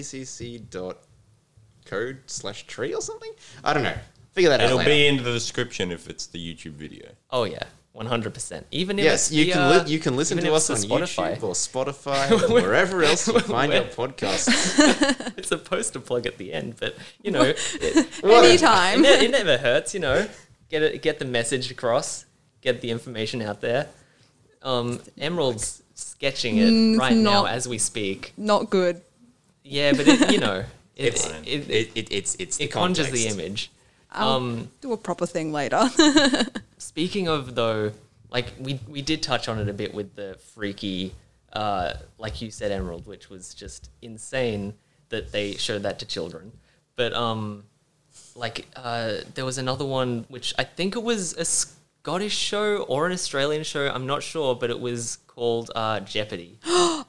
S2: www.swinpcc.code slash tree or something. I don't know. Figure that
S4: It'll
S2: out. Later.
S4: be in the description if it's the YouTube video.
S1: oh, yeah, 100%. Even if
S2: Yes,
S1: it's
S2: you
S1: the,
S2: can
S1: uh,
S2: li- you can listen
S1: even
S2: to
S1: if
S2: us on
S1: it's the Spotify.
S2: YouTube or Spotify or wherever else you find your podcasts.
S1: It's a poster plug at the end, but, you know, it, it,
S3: Anytime.
S1: ne- it never hurts, you know. Get, it, get the message across, get the information out there. Um, Emerald's sketching it
S3: Mm, it's
S1: right now
S3: not-
S1: as we speak.
S3: Not good.
S1: Yeah, but it, you know, it,
S2: It's-
S1: it, it,
S2: It, it, it's it's the
S1: it conjures the
S2: context.
S1: image.
S3: I'll
S1: Um,
S3: do a proper thing later.
S1: Speaking of though, like we we did touch on it a bit with the freaky, uh, like you said, Emerald, which was just insane that they showed that to children. But um, like uh, there was another one which I think it was a Scottish show or an Australian show. I'm not sure, but it was called uh, Jeopardy,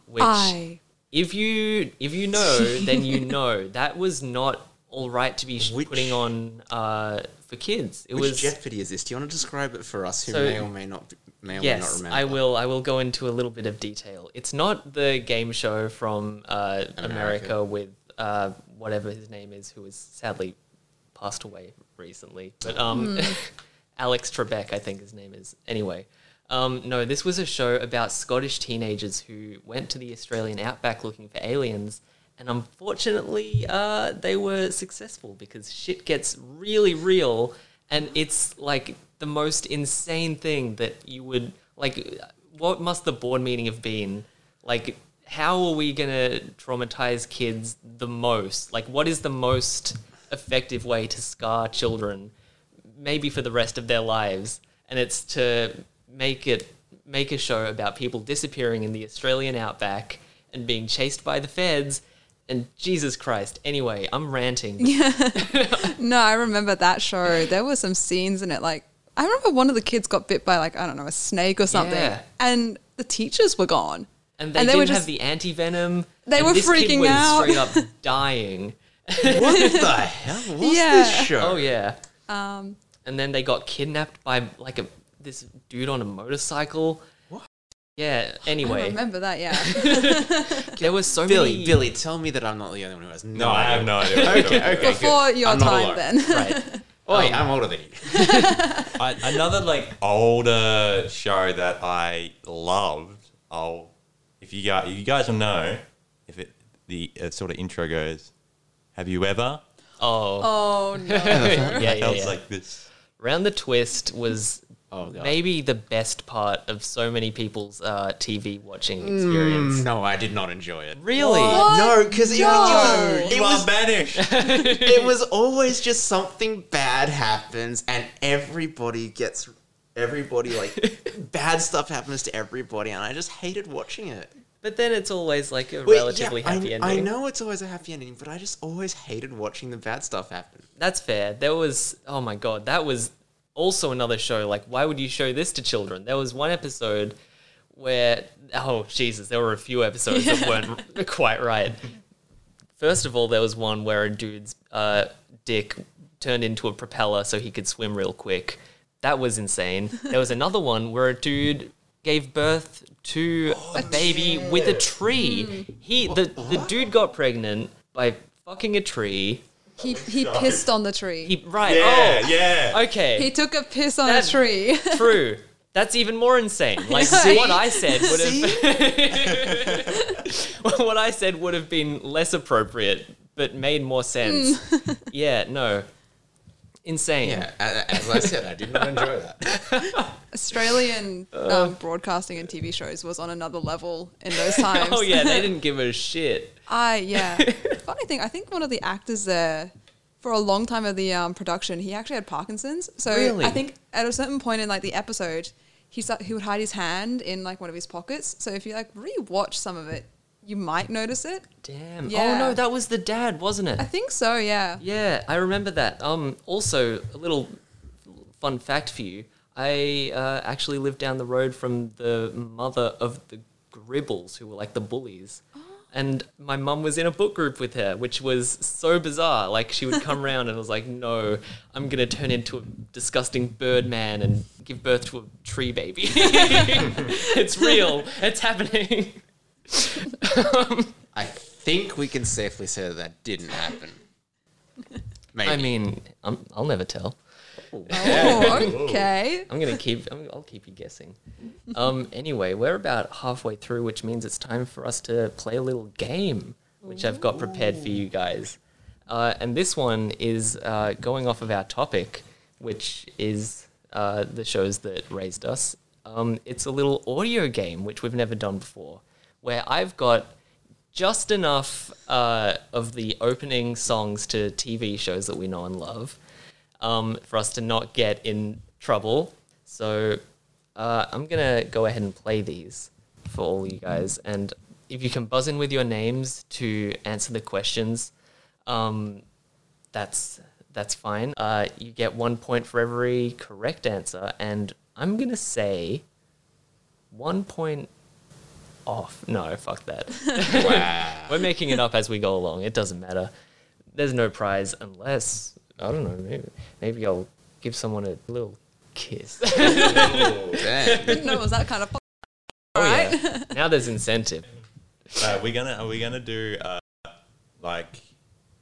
S1: which
S3: I
S1: if you if you know, then you know that was not all right to be sh
S2: Which-
S1: putting on uh, for kids. It
S2: Which
S1: was
S2: Jeopardy is this? Do you want to describe it for us who
S1: So-
S2: may or may not may or may not
S1: yes,
S2: remember?
S1: I will. I will go into a little bit of detail. It's not the game show from uh, America.
S2: America.
S1: with uh, whatever his name is, who has sadly passed away recently. But um, Alex Trebek, I think his name is. Anyway, um, no, this was a show about Scottish teenagers who went to the Australian outback looking for aliens. And unfortunately, uh, they were successful because shit gets really real, and it's like the most insane thing that you would like. What must the board meeting have been? Like, how are we gonna traumatize kids the most? Like, what is the most effective way to scar children, maybe for the rest of their lives? And it's to make it make a show about people disappearing in the Australian outback and being chased by the feds. And Jesus Christ. Anyway, I'm ranting. but
S3: no, I remember that show. There were some scenes in it. Like I remember one of the kids got bit by like I don't know a snake or something,
S1: Yeah.
S3: and the teachers were gone.
S1: and they,
S3: And they
S1: didn't
S3: were
S1: have
S3: just-
S1: the anti venom.
S3: They were
S1: this kid
S3: freaking
S1: was
S3: out.
S1: Straight up dying.
S2: What the hell was this
S3: Yeah.
S2: show?
S1: Oh yeah.
S3: Um,
S1: And then they got kidnapped by like a this dude on a motorcycle.
S2: What?
S1: Yeah.
S3: I
S1: Anyway,
S3: remember that. Yeah,
S1: there were so
S2: Billy,
S1: many.
S2: Billy, tell me that I'm not the only one who has no.
S4: No, I
S2: idea.
S4: have no idea.
S2: Okay, okay.
S3: before your
S2: I'm not
S3: time.
S2: alone.
S3: Then
S1: Right.
S2: Oi, I'm older than you.
S4: I, another like older show that I loved. I'll if you guys you guys will know if it the uh, sort of intro goes. Have you ever?
S1: Oh.
S3: oh no,
S1: yeah. Yeah.
S4: That was
S1: yeah.
S4: like this.
S1: Round the Twist was
S2: Oh, God.
S1: maybe the best part of so many people's uh, TV watching
S2: Hmm.
S1: experience.
S2: No, I did not enjoy it.
S1: Really?
S3: What?
S2: No, because it,
S3: No.
S2: was- it
S4: You
S2: was
S4: are banished.
S2: it was always just something bad happens and everybody gets everybody like bad stuff happens to everybody and I just hated watching it.
S1: But then it's always like a
S2: Wait,
S1: relatively
S2: yeah, I-
S1: happy
S2: I
S1: ending.
S2: know it's always a happy ending, but I just always hated watching the bad stuff happen.
S1: That's fair. There was oh my god, that was also another show. Like, why would you show this to children? There was one episode where oh Jesus, there were a few episodes that weren't quite right. First of all, there was one where a dude's uh, dick turned into a propeller so he could swim real quick. That was insane. There was another one where a dude gave birth to a baby with a tree. He the, the dude got pregnant by fucking a tree.
S3: He he pissed on the tree. He,
S1: He right.
S4: Yeah, yeah.
S1: Oh, okay.
S3: took a piss on
S1: That-
S3: a tree.
S1: True. That's even more insane. Like what I said would have what I said would have been less appropriate, but made more sense. yeah, no. Insane.
S2: Yeah, a- as I said, I did not enjoy that.
S3: Australian
S2: Uh.
S3: um, broadcasting and TV shows was on another level in those times.
S1: Oh yeah, they didn't give a shit.
S3: I yeah. Funny thing, I think one of the actors there for a long time of the um, production, he actually had Parkinson's. So
S1: Really?
S3: I think at a certain point in like the episode, he start, he would hide his hand in like one of his pockets. So if you like rewatch some of it, you might notice it.
S1: Damn. Oh
S3: Yeah.
S1: no, that was the dad, wasn't it?
S3: I think so. Yeah.
S1: Yeah, I remember that. Um, also, a little fun fact for you. I uh, actually lived down the road from the mother of the Gribbles, who were like the bullies. And my mum was in a book group with her, which was so bizarre. Like, she would come round and was like, No, I'm going to turn into a disgusting bird man and give birth to a tree baby. it's real, it's happening.
S2: I think we can safely say that that didn't happen. Maybe.
S1: I mean, I'm, I'll never tell.
S3: Oh, okay.
S1: I'm gonna keep. I'm, I'll keep you guessing. Um. Anyway, we're about halfway through, which means it's time for us to play a little game, which I've got prepared for you guys. Uh, and this one is uh, going off of our topic, which is uh, the shows that raised us. Um, it's a little audio game which we've never done before, where I've got just enough uh, of the opening songs to TV shows that we know and love um, for us to not get in trouble. So uh, I'm going to go ahead and play these for all you guys. And if you can buzz in with your names to answer the questions, um, that's that's fine. Uh, you get one point for every correct answer, and I'm gonna say one point off. No, fuck that.
S2: wow.
S1: We're making it up as we go along. It doesn't matter. There's no prize unless I don't know. Maybe maybe I'll give someone a little kiss.
S2: Damn.
S3: Didn't know it was that kind of.
S1: oh yeah. now there's incentive.
S4: Uh, we gonna are we gonna do uh, like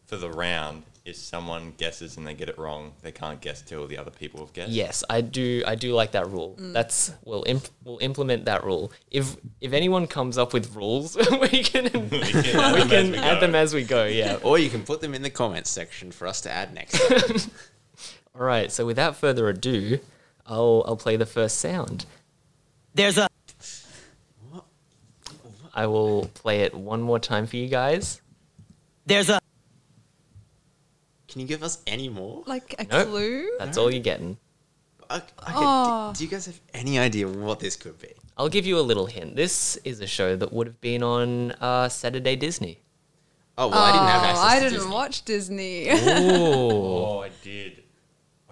S4: for the round? If someone guesses and they get it wrong, they can't guess till the other people have guessed.
S1: Yes, I do. I do like that rule. That's we'll imp, we'll implement that rule. If if anyone comes up with rules, we can
S4: we can add
S1: we
S4: them as
S1: can
S4: we
S1: add
S4: go.
S1: them as we go. Yeah.
S2: Or you can put them in the comments section for us to add next time.
S1: All right. So without further ado, I'll I'll play the first sound.
S5: There's a
S1: I will play it one more time for you guys.
S5: there's a
S2: Can you give us any more?
S3: Like a
S1: Nope.
S3: clue.
S1: That's all you're getting.
S2: Okay, okay, d-
S3: Oh.
S2: do you guys have any idea what this could be?
S1: I'll give you a little hint. This is a show that would have been on uh, Saturday Disney.
S2: Oh, well, I didn't have access
S3: oh, I
S2: to
S3: didn't
S2: Disney.
S3: watch Disney.
S1: Ooh.
S4: Oh, I did.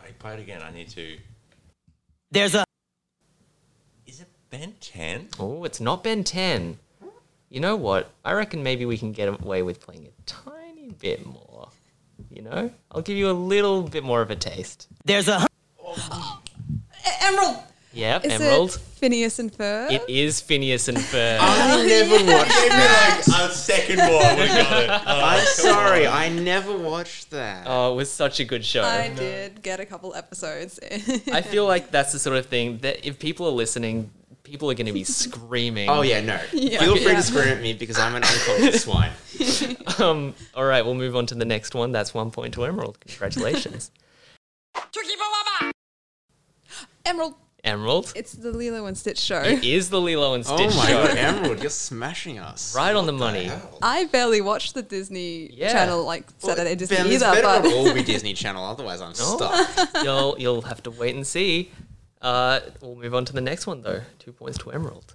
S4: Wait, play it again. I need to.
S5: there's a
S4: Is it Ben Ten?
S1: Oh, it's not Ben 10. You know what? I reckon maybe we can get away with playing a tiny bit more. You know? I'll give you a little bit more of a taste.
S5: there's a
S3: Emerald.
S1: Yep,
S3: Is
S1: Emerald.
S3: it Phineas and Ferb?
S1: it is Phineas and Ferb.
S2: I never watched that.
S4: A second more. Uh, We got it.
S2: I'm sorry, I never watched that.
S1: oh, it was such a good show.
S3: I
S1: I,
S3: did get a couple episodes.
S1: feel like that's the sort of thing that if people are listening, people are going to be screaming.
S2: Oh yeah, no.
S3: Yeah.
S2: Feel free
S3: Yeah.
S2: to scream at me because I'm an unconscious swine.
S1: Um, all right, we'll move on to the next one. That's one point to Emerald. Congratulations.
S3: Emerald.
S1: Emerald
S3: It's the Lilo and Stitch show.
S1: it is the Lilo and
S2: Oh
S1: Stitch
S2: my
S1: show.
S2: god, Emerald, you're smashing us.
S1: Right on the money.
S2: hell?
S3: I barely watched the Disney
S1: Yeah.
S3: Channel like Saturday Disney
S2: Ben, this
S3: either,
S2: better not
S3: but
S2: all be Disney Channel, otherwise I'm stuck.
S1: you'll you'll have to wait and see. Uh, we'll move on to the next one though. Two points to Emerald.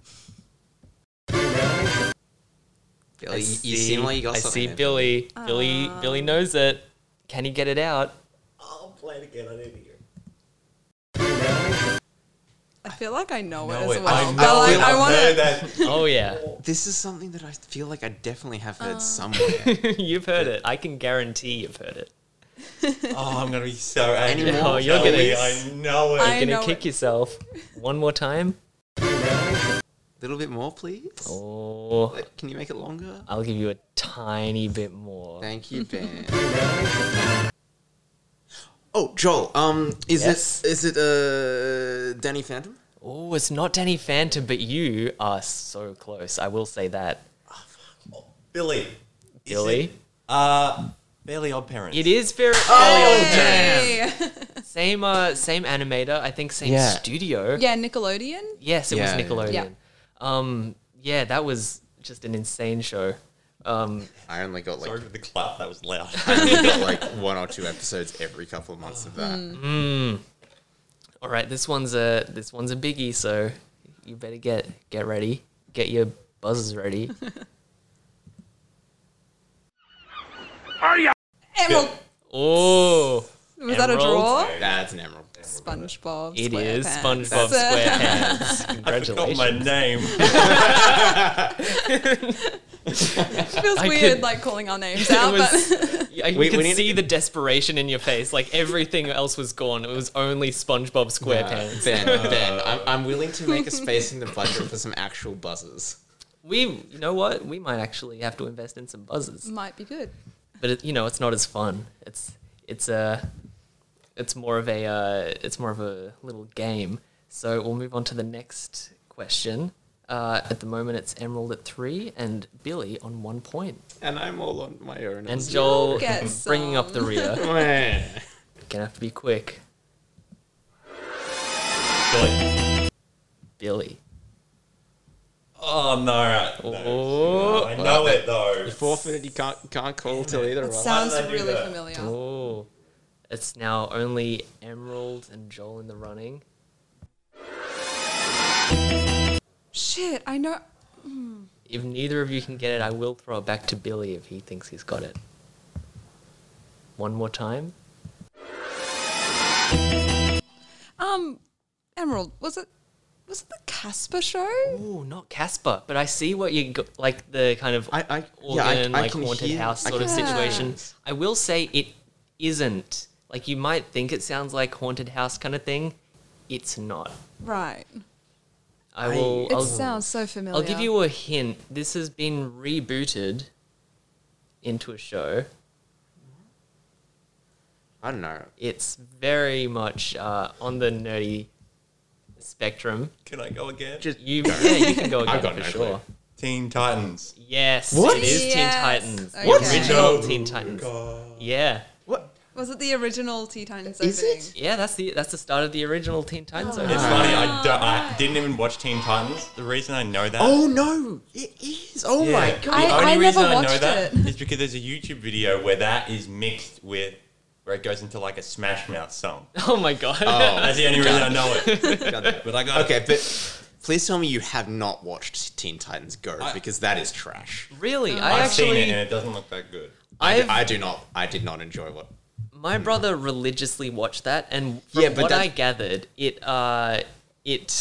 S2: Billy, you, you seem like you got
S1: I
S2: something.
S1: see
S2: there.
S1: Billy.
S4: Uh,
S1: Billy Billy knows it. Can he get it out?
S4: I'll play it again. I need to hear.
S3: I feel like I know it
S4: No,
S3: as
S4: it-
S3: well.
S4: I
S3: But,
S4: know
S3: like,
S4: it.
S3: I
S4: I've
S3: want
S4: heard
S3: to.
S4: that.
S1: Oh yeah,
S2: This is something that I feel like I definitely have
S3: Oh.
S2: heard somewhere.
S1: you've heard it. I can guarantee you've heard it.
S4: Oh, I'm gonna be so angry.
S2: Anymore?
S4: Oh, you're
S1: Tell
S4: gonna.
S1: me
S4: I know it.
S3: I-
S1: You're gonna
S3: know
S1: kick
S3: it.
S1: yourself. One more time.
S2: little bit more, please?
S1: Oh,
S2: Like, Can you make it longer?
S1: I'll give you a tiny bit more.
S2: Thank you, Ben. oh, Joel. Um, is
S1: Yes?
S2: it is it uh Danny Phantom?
S1: Oh, it's not Danny Phantom, but you are so close. I will say that.
S4: Billy.
S1: Billy?
S4: Uh, Fairly Odd Parents.
S1: It is very
S2: Oh,
S3: Hey.
S1: same uh same animator, I think same
S4: Yeah.
S1: studio.
S3: yeah, Nickelodeon.
S1: Yes, it
S2: Yeah,
S1: was
S2: yeah.
S1: Nickelodeon.
S3: Yeah.
S1: Um yeah, that was just an insane show. Um
S2: I only got like
S4: Sorry for the clap. That was loud.
S2: I only got like one or two episodes every couple of months of that.
S1: Mm. all right, this one's a this one's a biggie, so you better get get ready. Get your buzzers ready.
S3: Emerald.
S1: oh,
S3: Was that a
S1: Emerald?
S3: draw?
S2: That's an emerald.
S3: SpongeBob.
S1: it is
S3: SquarePants.
S1: SpongeBob SquarePants.
S4: I forgot my
S1: Congratulations.
S4: name.
S3: It feels
S1: I
S3: weird,
S1: could-
S3: like calling our names
S1: It
S3: out,
S1: was,
S3: but
S1: I- you
S2: We-
S1: could
S2: we need to
S1: see the desperation in your face. Like everything else was gone. It was only SpongeBob SquarePants.
S2: Uh, Ben, Ben, I'm, I'm willing to make a space in the budget for some actual buzzers.
S1: We, you know what? We might actually have to invest in some buzzers,
S3: might be good.
S1: but it, you know, it's not as fun. It's it's a it's more of a uh, it's more of a little game. So we'll move on to the next question. Uh, at the moment, it's Emerald at three and Billy on one point,
S2: And I'm all on my own.
S1: and Joel
S3: get
S1: bringing up the
S3: some.
S1: rear.
S2: Meh.
S1: Gonna have to be quick,
S4: Billy.
S1: Billy.
S4: Oh no! I- no.
S1: Oh.
S4: I know it though.
S2: forfeited. You can't can't call till either of us.
S3: Sounds
S4: Why did I do
S3: really
S4: that?
S3: familiar.
S1: Oh, it's now only Emerald and Joel in the running.
S3: Shit, I know.
S1: If neither of you can get it, I will throw it back to Billy if he thinks he's got it. One more time.
S3: Um, Emerald, was it was it the Casper show?
S1: Ooh, not Casper, but I see what you go like the kind of
S2: I- I-
S1: organ,
S2: yeah, I- I
S1: like
S2: can
S1: haunted
S2: hear-
S1: house
S2: I
S1: sort of
S3: can hear
S1: situation.
S2: things.
S1: I will say it isn't. Like you might think it sounds like haunted house kind of thing. It's not.
S3: Right.
S1: I will.
S3: It
S1: I'll,
S3: sounds so familiar.
S1: I'll give you a hint. This has been rebooted into a show.
S2: I don't know.
S1: It's very much uh, on the nerdy spectrum.
S4: Can I go again?
S2: Just
S1: You, yeah, you can go again
S2: I've got
S1: for
S2: no
S1: sure.
S2: clue.
S4: Teen Titans.
S1: Yes,
S2: What?
S1: it is
S3: Yes.
S1: Teen Titans.
S3: What?
S1: The original
S4: No.
S1: Teen Titans. Yeah,
S2: what?
S3: Was it the original Teen Titans
S2: Is
S3: opening?
S2: it?
S1: yeah. That's the that's the start of the original Teen Titans. opening.
S4: It's funny. I, don't, I didn't even watch Teen Titans. The reason I know that.
S2: Oh no! It is. Oh
S4: Yeah.
S2: my god!
S3: I-
S4: The only
S3: I
S4: reason
S3: never
S4: I know
S3: watched
S4: that
S3: it.
S4: is because there's a YouTube video where that is mixed with where it goes into like a Smash Mouth song.
S1: Oh my god.
S4: That's the only reason I know it. But I got
S2: okay, but please tell me you have not watched Teen Titans Go because that is trash.
S1: really? I
S4: I've seen it
S1: actually
S4: and it doesn't look that good.
S2: I,
S1: I've-
S2: I do not. I did not enjoy what.
S1: my brother religiously watched that, and from
S2: Yeah, but
S1: what
S2: that-
S1: I gathered, it uh, it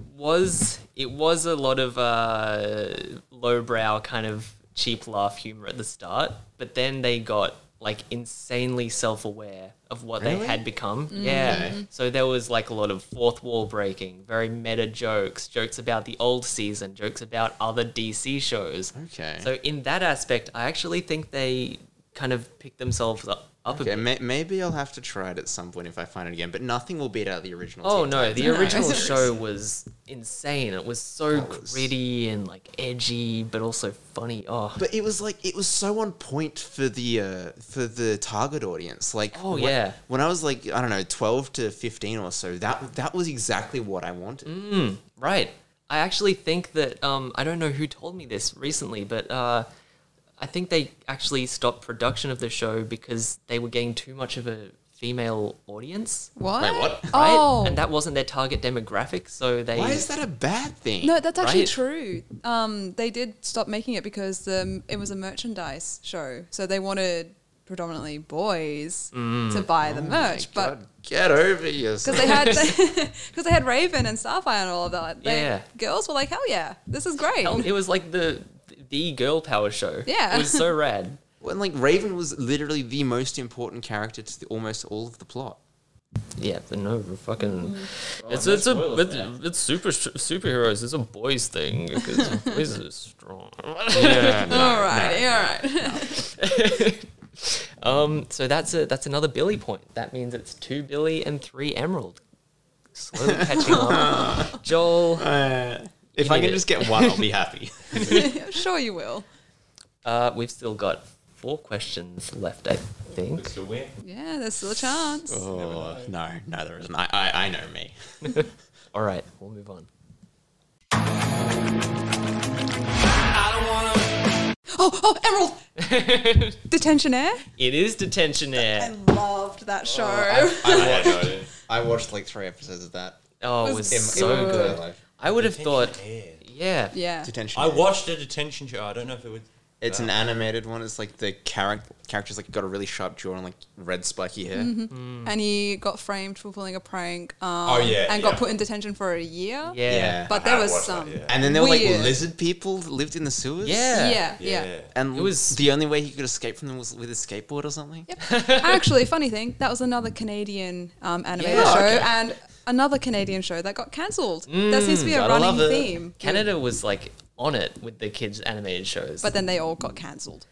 S1: was it was a lot of uh, lowbrow kind of cheap laugh humor at the start, but then they got like insanely self-aware of what they had become. Yeah.
S2: Okay.
S1: So there was like a lot of fourth wall breaking, very meta jokes, jokes about the old season, jokes about other DC shows.
S2: Okay.
S1: So in that aspect, I actually think they kind of picked themselves up, up
S2: Okay,
S1: a bit.
S2: may, maybe I'll have to try it at some point if I find it again. But nothing will beat out the original.
S1: Oh
S2: Teen
S1: no,
S2: Titans
S1: the
S2: Go.
S1: original show was insane. It was so
S2: That was-
S1: gritty and like edgy, but also funny. Oh,
S2: But it was like it was so on point for the uh, for the target audience. Like
S1: Oh,
S2: when-
S1: yeah.
S2: when I was like I don't know twelve to fifteen or so, that that was exactly what I wanted.
S1: Mm. right. I actually think that um, I don't know who told me this recently, but uh, I think they actually stopped production of the show because they were getting too much of a female audience.
S3: What?
S2: Wait, what?
S1: Right?
S3: Oh,
S1: And that wasn't their target demographic, so they
S2: Why is that a bad thing?
S3: no, that's actually
S1: Right.
S3: true. Um, they did stop making it because the it was a merchandise show, so they wanted predominantly boys to buy the merch, but.
S2: Oh God, get over
S3: Because
S2: yourself.
S3: they had, because they had Raven and Starfire and all of that. They,
S1: Yeah.
S3: girls were like, "Hell yeah, this is great."
S1: Hell, it was like the the girl power show.
S3: Yeah.
S1: it was so rad.
S2: When like Raven was literally the most important character to the, almost all of the plot.
S1: yeah, but no, we're fucking. it's it's a it's, it's super superheroes. It's a boys thing because boys are strong.
S3: all right, all right.
S1: Um, so that's a that's another Billy point. That means it's two Billy and three Emerald. Slowly catching up. Joel,
S2: if
S1: You
S2: I
S1: need
S2: can
S1: it.
S2: just get one, I'll be happy.
S3: I'm sure you will.
S1: uh, we've still got four questions left. I think.
S4: It's a win.
S3: Yeah, there's still a chance.
S2: Oh, no, no, there isn't. I, I, I know me.
S1: All right, we'll move on.
S3: Oh, oh, Emerald! Detentionaire?
S1: It is detention air.
S3: Loved that show.
S4: I know it.
S2: I watched like three episodes of that.
S1: Oh, it was
S3: was
S1: so
S3: good.
S1: good. I would have thought, yeah,
S3: yeah.
S2: Detention.
S4: I watched a detention show. I don't know if it was.
S2: It's an animated one. It's like the character characters like got a really sharp jaw and like red spiky hair.
S3: and he got framed for pulling a prank. Um,
S4: Oh, yeah,
S3: And
S4: yeah.
S3: got put in detention for a year.
S1: yeah, yeah.
S2: Oh,
S3: But
S4: I
S3: there
S4: have
S3: was
S4: watched that,
S3: some.
S4: yeah.
S2: And then there were like
S3: Weird.
S2: lizard people that lived in the sewers.
S1: Yeah.
S3: Yeah, yeah.
S4: Yeah.
S2: And
S1: It was-
S2: the only way he could escape from them was with a skateboard or something.
S3: Actually, funny thing, that was another Canadian um, animated
S4: Oh,
S1: Yeah.
S3: show
S2: Okay.
S3: and another Canadian show that got cancelled. there seems to be
S1: Mm.
S3: a
S2: Mm, gotta
S3: running
S2: love it.
S3: theme.
S1: Canada was like on it with the kids' animated shows.
S3: But then they all got cancelled.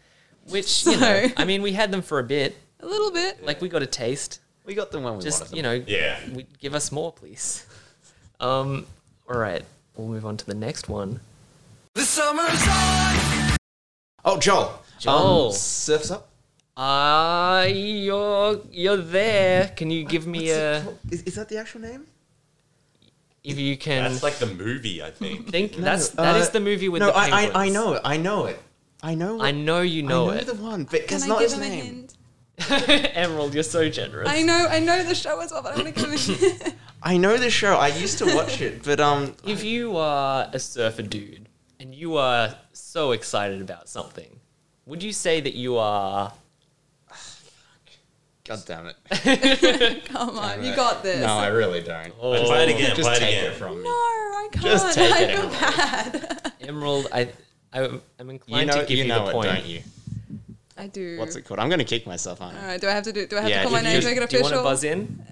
S1: which you
S3: So-
S1: know, I mean, we had them for a bit.
S3: A little bit.
S1: Like we got a taste.
S2: We got them when we wanted
S1: Just
S2: them.
S1: you know,
S4: Yeah.
S1: We, give us more, please. Um, all right, we'll move on to the next one.
S2: Oh, Joel.
S1: Joel.
S2: Um, surfs up.
S1: Ah, you're you're there. Can you give me a
S2: Is, is that the actual name?
S1: if you can
S4: That's like the movie, I think.
S1: think that's that is the movie with
S2: Uh, no,
S1: the
S2: I,
S1: penguins.
S2: I, I know it. I know it. I know.
S1: I know you
S2: I
S1: know,
S2: the one, but
S3: Can
S2: it's
S3: I
S2: not
S3: give
S2: his
S3: him a
S2: name.
S3: hint?
S1: it. Emerald, you're so generous.
S3: I know, I know the show as well, but I want to give him a hint.
S2: I know the show. I used to watch it, but um,
S1: If you are a surfer dude and you are so excited about something, would you say that you are
S2: God damn it.
S3: Come on,
S2: it.
S3: Uh, you got this.
S2: No,
S3: No,
S2: I really don't.
S4: But Oh. play it again.
S2: Just
S4: play it
S2: take
S4: again.
S2: it from me.
S3: I can't.
S2: Just take
S3: I
S2: it,
S3: feel
S2: Emma.
S3: bad.
S1: Emerald? I, I I'm inclined
S2: You know,
S1: to give you,
S2: you know
S1: the
S2: it,
S1: point.
S2: don't you?
S3: I do.
S2: What's it called? I'm going to kick myself, aren't I?
S3: All right, do I have to do? Do I have
S2: Yeah,
S3: to call
S2: if
S3: my
S2: you
S3: name
S2: just-
S3: to make it
S1: Do you want
S3: official?
S1: to buzz in?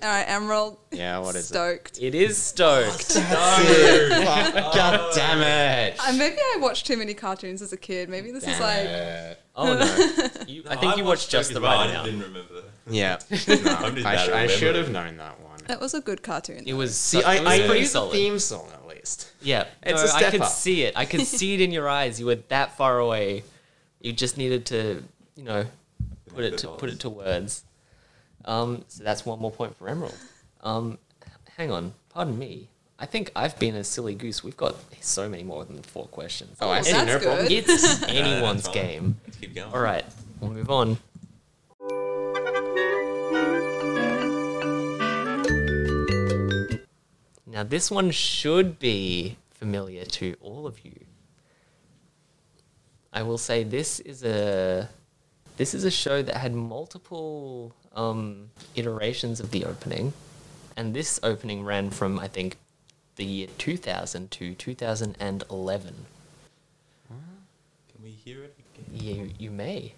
S3: All right, Emerald.
S2: Yeah, what is it?
S3: Stoked.
S1: It is stoked.
S2: God damn it.
S3: Uh, maybe I watched too many cartoons as a kid. Maybe this is like
S1: Oh no! You, I think you watched just the right
S4: I
S1: amount.
S4: didn't remember that.
S2: yeah.
S4: I'm just
S2: I,
S4: bad
S2: sh-
S4: at
S2: I should
S4: remembering.
S2: have known that one.
S3: that was a good cartoon.
S1: It was
S2: See, I,
S1: it
S2: I
S1: was
S2: knew
S1: pretty
S2: the
S1: solid.
S2: theme song at least.
S1: Yeah,
S2: It's
S1: no,
S2: a
S1: I
S2: step
S1: could
S2: up.
S1: see it. I could see it in your eyes. You were that far away. You just needed to, you know, put it to, put it to words. Um, so that's one more point for Emerald. Um, h- hang on, pardon me. I think I've been a silly goose. We've got so many more than four questions.
S2: Oh, I
S3: Well,
S2: see.
S3: that's
S2: No problem.
S3: good.
S1: It's anyone's
S4: fine.
S1: game.
S4: Let's keep going.
S1: All right, we'll move on. Now, this one should be familiar to all of you. I will say this is a this is a show that had multiple um, iterations of the opening, and this opening ran from I think the year two thousand to two thousand and eleven.
S4: Can we hear it again?
S1: You you may.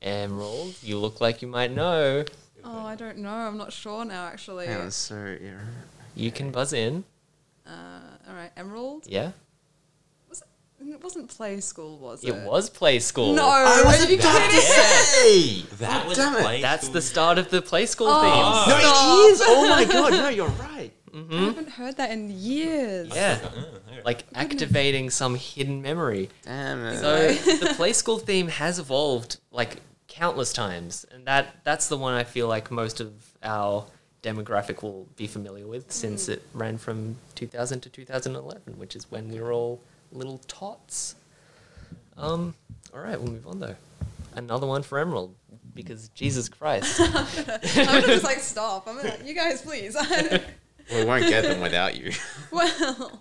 S1: Emerald, you look like you might know.
S3: oh, I don't know. I'm not sure now, actually.
S2: Hang on, so, yeah.
S1: You can buzz in.
S3: All right, Emerald.
S1: Yeah.
S3: Was it, it wasn't play school, was it?
S1: It was play school.
S3: No, are you kidding?
S2: Hey!
S4: That was
S2: Oh, damn it.
S4: play
S1: That's
S4: school.
S1: the start of the play school
S3: Oh,
S1: theme.
S2: No, it is! Oh my god, no, you're right.
S3: I haven't heard that in years.
S1: Yeah.
S4: Oh, okay.
S1: Like activating some hidden memory.
S2: Damn it.
S1: So the play school theme has evolved like countless times, and that that's the one I feel like most of our demographic will be familiar with since it ran from 2000 to 2011, which is when we were all little tots. Um, all right, we'll move on though. Another one for Emerald because Jesus Christ.
S3: I'm gonna just like stop. I'm gonna, you guys, please. I don't-
S2: we won't get them without you.
S3: well,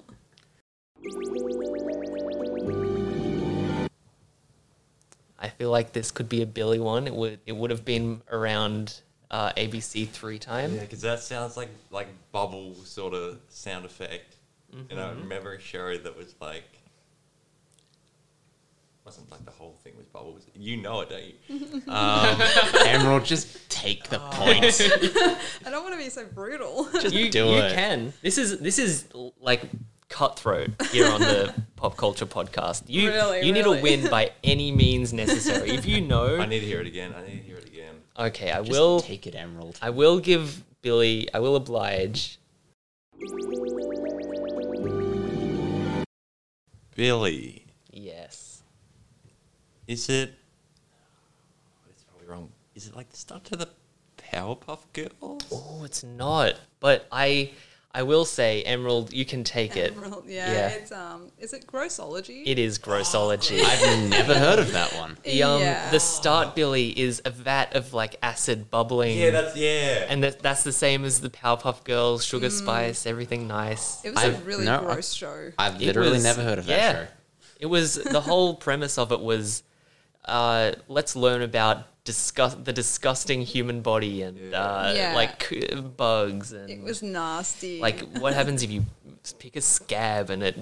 S1: I feel like this could be a Billy one. It would it would have been around uh, ABC three time.
S4: Yeah, because that sounds like like bubble sort of sound Mm-hmm. effect. And I remember a show that was like wasn't like the whole thing was bubbles. You know it, don't you?
S2: Emerald, just take the points.
S3: I don't want to be so brutal.
S1: you,
S2: do
S1: you
S2: it.
S1: can. This is this is l- like cutthroat here on the pop culture podcast. You
S3: Really,
S1: you need
S3: really.
S1: a win by any means necessary. If you know,
S4: I need to hear it again. I need to hear it again.
S1: okay, I
S2: Just
S1: will.
S2: take it, Emerald.
S1: I will give Billy. I will oblige.
S4: Billy,
S1: Yes.
S4: is it? oh, It's probably wrong. Is it like the start to the Powerpuff Girls?
S1: Oh, it's not. But I I will say, Emerald, you can take it.
S3: Emerald, yeah,
S1: Yeah.
S3: It's um, is it grossology?
S1: It is grossology.
S2: I've never heard of that one.
S1: the um
S3: Yeah.
S1: the start Billy is a vat of like acid bubbling.
S4: Yeah, that's yeah.
S1: and that, that's the same as the Powerpuff Girls, Sugar
S3: Mm.
S1: Spice, everything nice.
S3: It was a
S2: I've-
S3: really
S2: no, I-
S3: gross show.
S2: I've
S1: It
S2: literally
S1: was-
S2: never heard of that
S1: yeah.
S2: show.
S1: It was the whole premise of it was uh, let's learn about disgust the disgusting human body and uh,
S3: Yeah.
S1: like c- bugs and
S3: it was nasty.
S1: like what happens if you pick a scab and it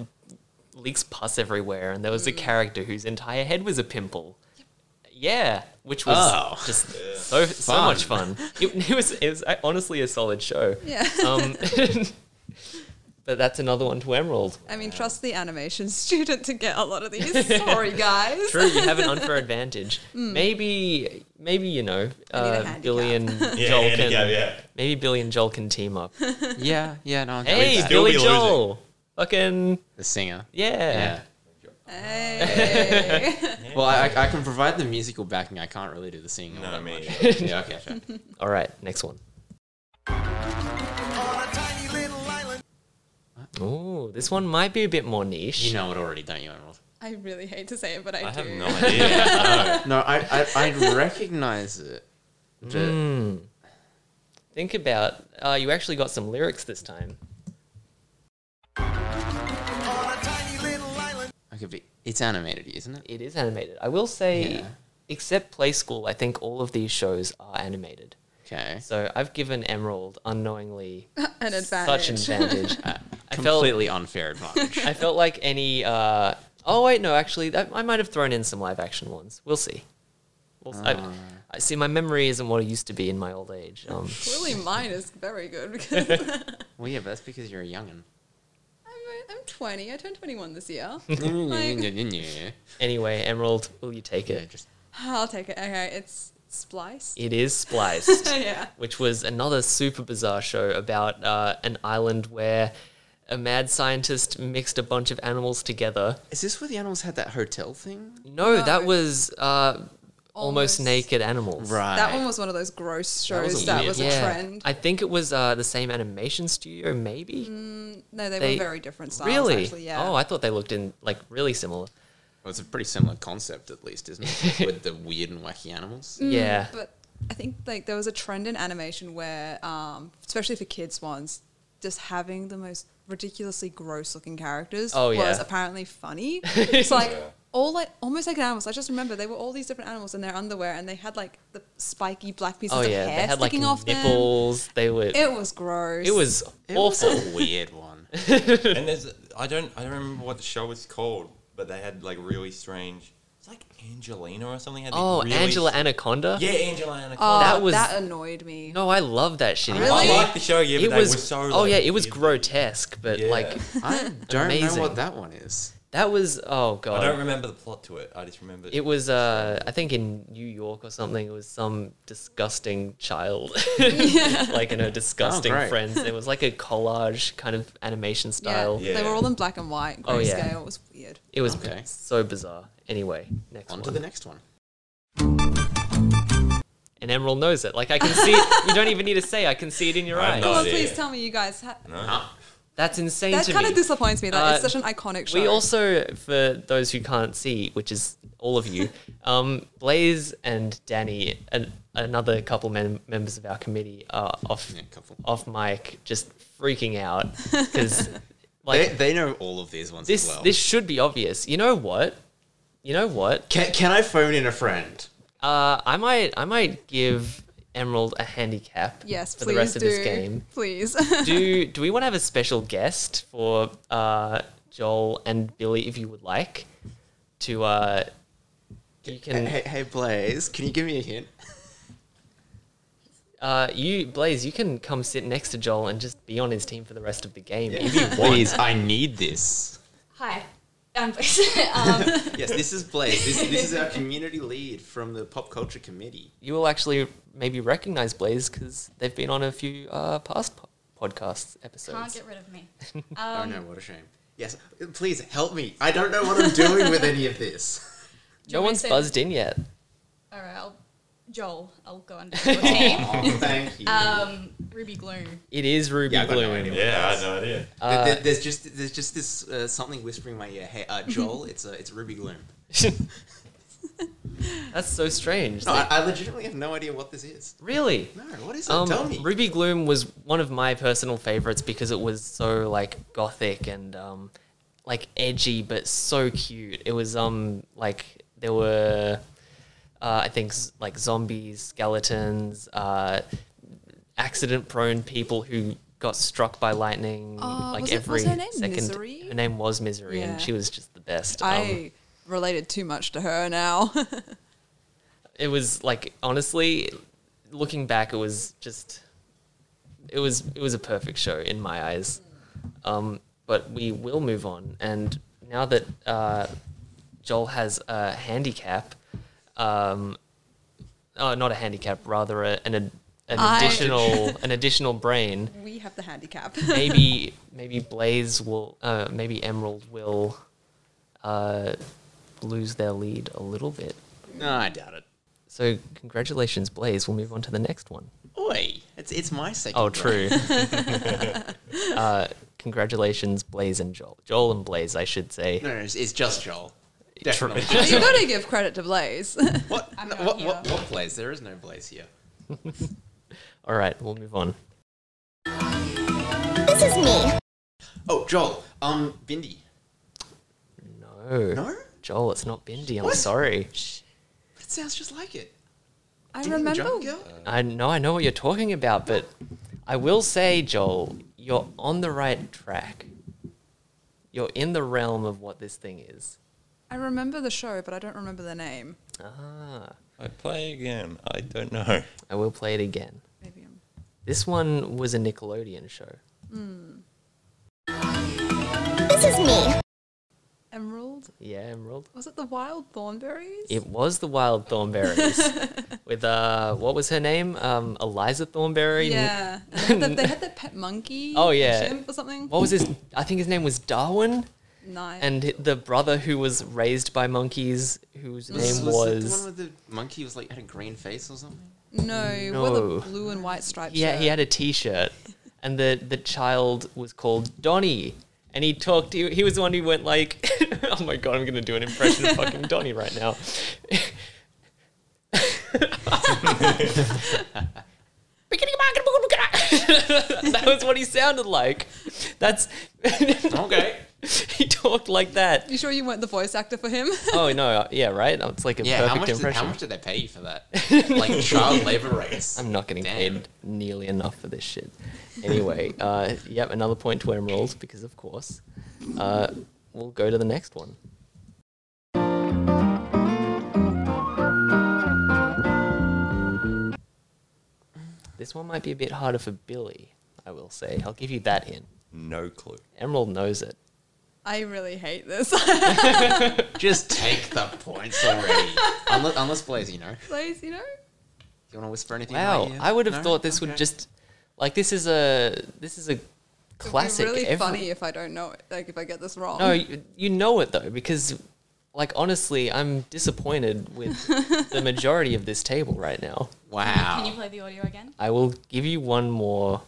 S1: leaks pus everywhere and there was a
S3: Mm.
S1: character whose entire head was a pimple. Yeah, which was
S2: Oh.
S1: just so so
S2: Fun.
S1: much fun. It, it was it was uh, honestly a solid show.
S3: yeah.
S1: Um, but that's another one to Emerald.
S3: I mean, trust the animation student to get a lot of these. Sorry, guys.
S1: True, you have an unfair advantage. Maybe, maybe you know,
S3: a
S1: uh, Billy and
S4: yeah,
S1: Joel
S4: handicap,
S1: can.
S4: yeah.
S1: Maybe Billy and Joel can team up.
S2: Yeah, yeah, no. I'm
S1: Hey,
S4: still
S1: Billy
S4: be losing.
S1: Joel, fucking
S2: the singer.
S1: yeah.
S3: Hey.
S2: Well, I, I can provide the musical backing. I can't really do the singing.
S4: No,
S2: all that
S4: me.
S2: much. Yeah, okay. fair.
S1: All right, next one. Oh, this one might be a bit more niche.
S2: You know it already, don't you, Emerald?
S3: I really hate to say it, but I,
S4: I
S3: do.
S4: have no idea.
S2: No, I, I I recognize it. but-
S1: Hmm. Think about uh, you actually got some lyrics this time.
S2: Okay, but it's animated, isn't it?
S1: It is animated. I will say,
S2: Yeah.
S1: except Play School, I think all of these shows are animated.
S2: Okay.
S1: So I've given Emerald unknowingly
S3: An
S1: such an
S3: advantage.
S1: advantage. I felt
S2: Uh, Completely unfair advantage.
S1: I felt like any. Uh, oh wait, no, actually, I, I might have thrown in some live action ones. We'll see. We'll, s- I, I see. My memory isn't what it used to be in my old age. Um,
S3: really, mine is very good because I'm,
S2: well, yeah, but that's because you're a youngin.
S3: I'm 20. I turned 21 this year.
S2: yeah,
S1: anyway, Emerald, will you take it?
S2: just
S3: I'll take it. Okay, it's spliced.
S1: It is spliced.
S3: yeah.
S1: which was another super bizarre show about uh, an island where a mad scientist mixed a bunch of animals together.
S2: is this where the animals had that hotel thing?
S1: No,
S3: No.
S1: that was uh, almost.
S3: Almost.
S1: naked animals.
S2: Right.
S3: That one was one of those gross
S2: That was
S3: shows
S2: a
S3: that
S2: weird
S3: was a,
S1: Yeah,
S3: trend.
S1: I think it was uh, the same animation studio, maybe.
S3: no, they,
S1: they-
S3: were very different Mm, styles.
S1: really?
S3: Actually, yeah.
S1: Oh, I thought they looked in like really similar.
S2: Well, it's a pretty similar concept, at least, isn't it? With the weird and wacky animals.
S3: Mm.
S1: yeah.
S3: But I think like there was a trend in animation where, um, especially for kids ones, just having the most ridiculously gross looking characters
S1: Oh,
S3: was
S1: yeah.
S3: apparently funny. it's like all like almost like animals. I just remember they were all these different animals in their underwear, and they had like the spiky black pieces
S1: Oh
S3: of
S1: yeah, they
S3: hair
S1: had like
S3: sticking off
S1: nipples. They were.
S3: them. It was gross.
S1: It was
S2: It was
S1: awful.
S2: a weird one.
S4: and there's I don't I don't remember what the show was called, but they had like really strange. It's like Angelina or something. Had these
S1: Oh,
S4: really
S1: Angela
S4: s-
S1: Anaconda.
S4: yeah, Angela Anaconda.
S3: Oh,
S1: that
S3: that
S1: was-
S3: annoyed me.
S1: No, I love that shitty.
S3: Really?
S4: I
S1: show.
S4: like the show. Yeah,
S1: It
S4: but
S1: was,
S4: they were so.
S1: oh
S4: like,
S1: yeah, it was
S4: weird.
S1: grotesque, but
S4: Yeah.
S1: like
S2: I don't know
S1: Amazing.
S2: what that one is.
S1: That was oh god.
S4: I don't remember the plot to it. I just remember
S1: It was uh I think in New York or something. It was some disgusting child, like and her disgusting
S2: Oh, great.
S1: friends. It was like a collage kind of animation style.
S4: Yeah.
S3: They were all in black and white.
S1: Oh,
S3: Grayscale
S1: yeah.
S3: It was weird.
S1: It was
S2: Okay.
S1: so bizarre. Anyway, next
S2: On
S1: one.
S2: to the next one.
S1: and Emerald knows it. Like I can see. you don't even need to say. I can see it in your
S4: I
S1: eyes.
S4: know.
S3: Come on,
S4: Oh, yeah,
S3: please
S4: yeah.
S3: tell me you guys. Ha-
S4: No.
S1: That's insane
S3: that
S1: to
S3: kind
S1: me.
S3: of disappoints me. That it's
S1: Uh,
S3: such an iconic show.
S1: we also, for those who can't see, which is all of you, um, Blaze and Danny, and another couple mem- members of our committee, are off
S2: Yeah, couple.
S1: off mic, just freaking out because
S2: They,
S1: like
S2: they know all of these ones
S1: this
S2: as Eh, well.
S1: this should be obvious. You know what? You know what?
S2: Can, can I phone in a friend?
S1: Uh, I might I might give Emerald a handicap.
S3: yes,
S1: for
S3: please
S1: the rest
S3: do.
S1: of this game. Um,
S3: Please.
S1: Do do we want to have a special guest for uh, Joel and Billy if you would like to uh, You can.
S2: Hey, hey, Blaze, can you give me a hint?
S1: Uh, you Blaze, you can come sit next to Joel and just be on his team for the rest of the game. If you
S2: Please, I need this.
S6: Hi. I'm um,
S2: Yes, this is Blaze. This, this is our community lead from the pop culture committee.
S1: you will actually maybe recognize Blaze because they've been on a few uh, past po- podcast episodes.
S6: can't get rid of me. Um,
S2: oh no, what a shame. Yes, please help me. I don't know what I'm doing with any of this.
S1: no one's
S6: Say-
S1: buzzed in yet.
S6: All right, I'll, Joel, I'll go under your name.
S2: Oh, thank you.
S6: Um, Ruby Gloom.
S1: It is Ruby
S2: Yeah, I've got no
S1: Bloom.
S2: idea.
S4: Yeah, I had no idea.
S2: There- there- there's just there's just this uh, something whispering in my ear. Hey,
S6: Mm-hmm.
S2: uh, Joel, it's uh, it's Ruby Gloom.
S1: That's so strange.
S2: No, I, I legitimately have no idea what this is.
S1: really?
S2: No, what is it?
S1: Um,
S2: Tell me.
S1: Ruby Gloom was one of my personal favorites because it was so like gothic and um, like edgy, but so cute. It was um like there were, uh, I think z- like zombies, skeletons, uh, accident-prone people who got struck by lightning.
S3: Oh,
S1: like
S3: was it-
S1: every
S3: was her name
S1: second,
S3: Misery?
S1: her name was Misery,
S3: Yeah.
S1: and she was just the best. Um,
S3: I related too much to her now.
S1: it was like honestly looking back it was just it was it was a perfect show in my eyes um, but we will move on and now that uh, joel has a handicap um, oh, not a handicap rather a, an, ad- an
S3: I-
S1: additional an additional brain
S3: we have the handicap.
S1: maybe maybe blaze will uh, maybe emerald will uh, lose their lead a little bit
S2: No, I doubt it.
S1: so congratulations, Blaze. We'll move on to the next one.
S2: Oi, it's it's my second.
S1: Oh,
S2: brain.
S1: true. uh, congratulations, Blaze and Joel. Joel and Blaze, I should say.
S2: No, no, it's, it's just Joel.
S1: True.
S2: Definitely.
S3: you got to give credit to Blaze.
S2: what?
S6: I'm
S2: no,
S6: not
S2: what,
S6: here.
S2: what? What Blaze? There is no Blaze here.
S1: All right, we'll move on.
S7: This is me.
S2: Oh, Joel. Um, Bindi.
S1: No.
S2: No,
S1: Joel, it's not Bindi. I'm
S2: What?
S1: sorry.
S2: that sounds just like it.
S3: I
S2: Didn't you
S3: remember.
S2: jump, girl?
S1: I know, I know what you're talking about, but I will say, Joel, you're on the right track. You're in the realm of what this thing is.
S3: I remember the show, but I don't remember the name.
S1: Ah,
S4: I play again. I don't know.
S1: I will play it again.
S3: Maybe I'm.
S1: This one was a Nickelodeon show.
S7: This is me.
S3: Emerald?
S1: Yeah, Emerald.
S3: Was it the Wild Thornberries?
S1: It was the Wild Thornberries with uh, what was her name? Um, Eliza Thornberry.
S3: yeah. And they, had that, they had that pet monkey.
S1: Oh, yeah.
S3: Chimp or something.
S1: What was his? I think his name was Darwin,
S3: Nice.
S1: and hi- the brother who was raised by monkeys, whose
S2: Was,
S1: name
S2: was, it the one
S1: was.
S2: with the monkey was like had a green face or something?
S3: no, he wore the
S1: No.
S3: blue and white striped
S1: Yeah,
S3: shirt.
S1: he had a T-shirt, and the the child was called Donnie, and he talked. He, he was the one who went like, "Oh my god, I'm gonna do an impression of fucking Donnie right now." that was what he sounded like. That's
S2: Okay.
S1: he talked like that.
S3: You sure you weren't the voice actor for him?
S1: Oh no, yeah, right. It's like a
S2: Yeah.
S1: perfect
S2: How much, did,
S1: impression.
S2: how much did they pay you for that? like child labor rates.
S1: I'm not getting
S2: Damn.
S1: paid nearly enough for this shit. Anyway, uh, yep, another point to Emerald because, of course, uh, we'll go to the next one. This one might be a bit harder for Billy, I will say. I'll give you that hint.
S4: No clue.
S1: Emerald knows it.
S3: I really hate this.
S2: Just take the points already. unless, unless Blaze, you know.
S3: Blaze, you know?
S2: You want to whisper anything? in my
S1: Wow,
S2: ear?
S1: I would have
S2: No?
S1: thought this would
S2: Okay.
S1: just like this is a this is a classic.
S3: It'd be really
S1: Every-
S3: funny if I don't know it, like if I get this wrong.
S1: No, you, you know it though, because like honestly, I'm disappointed with the majority of this table right now.
S2: Wow.
S6: Can you play the audio again?
S1: I will give you one more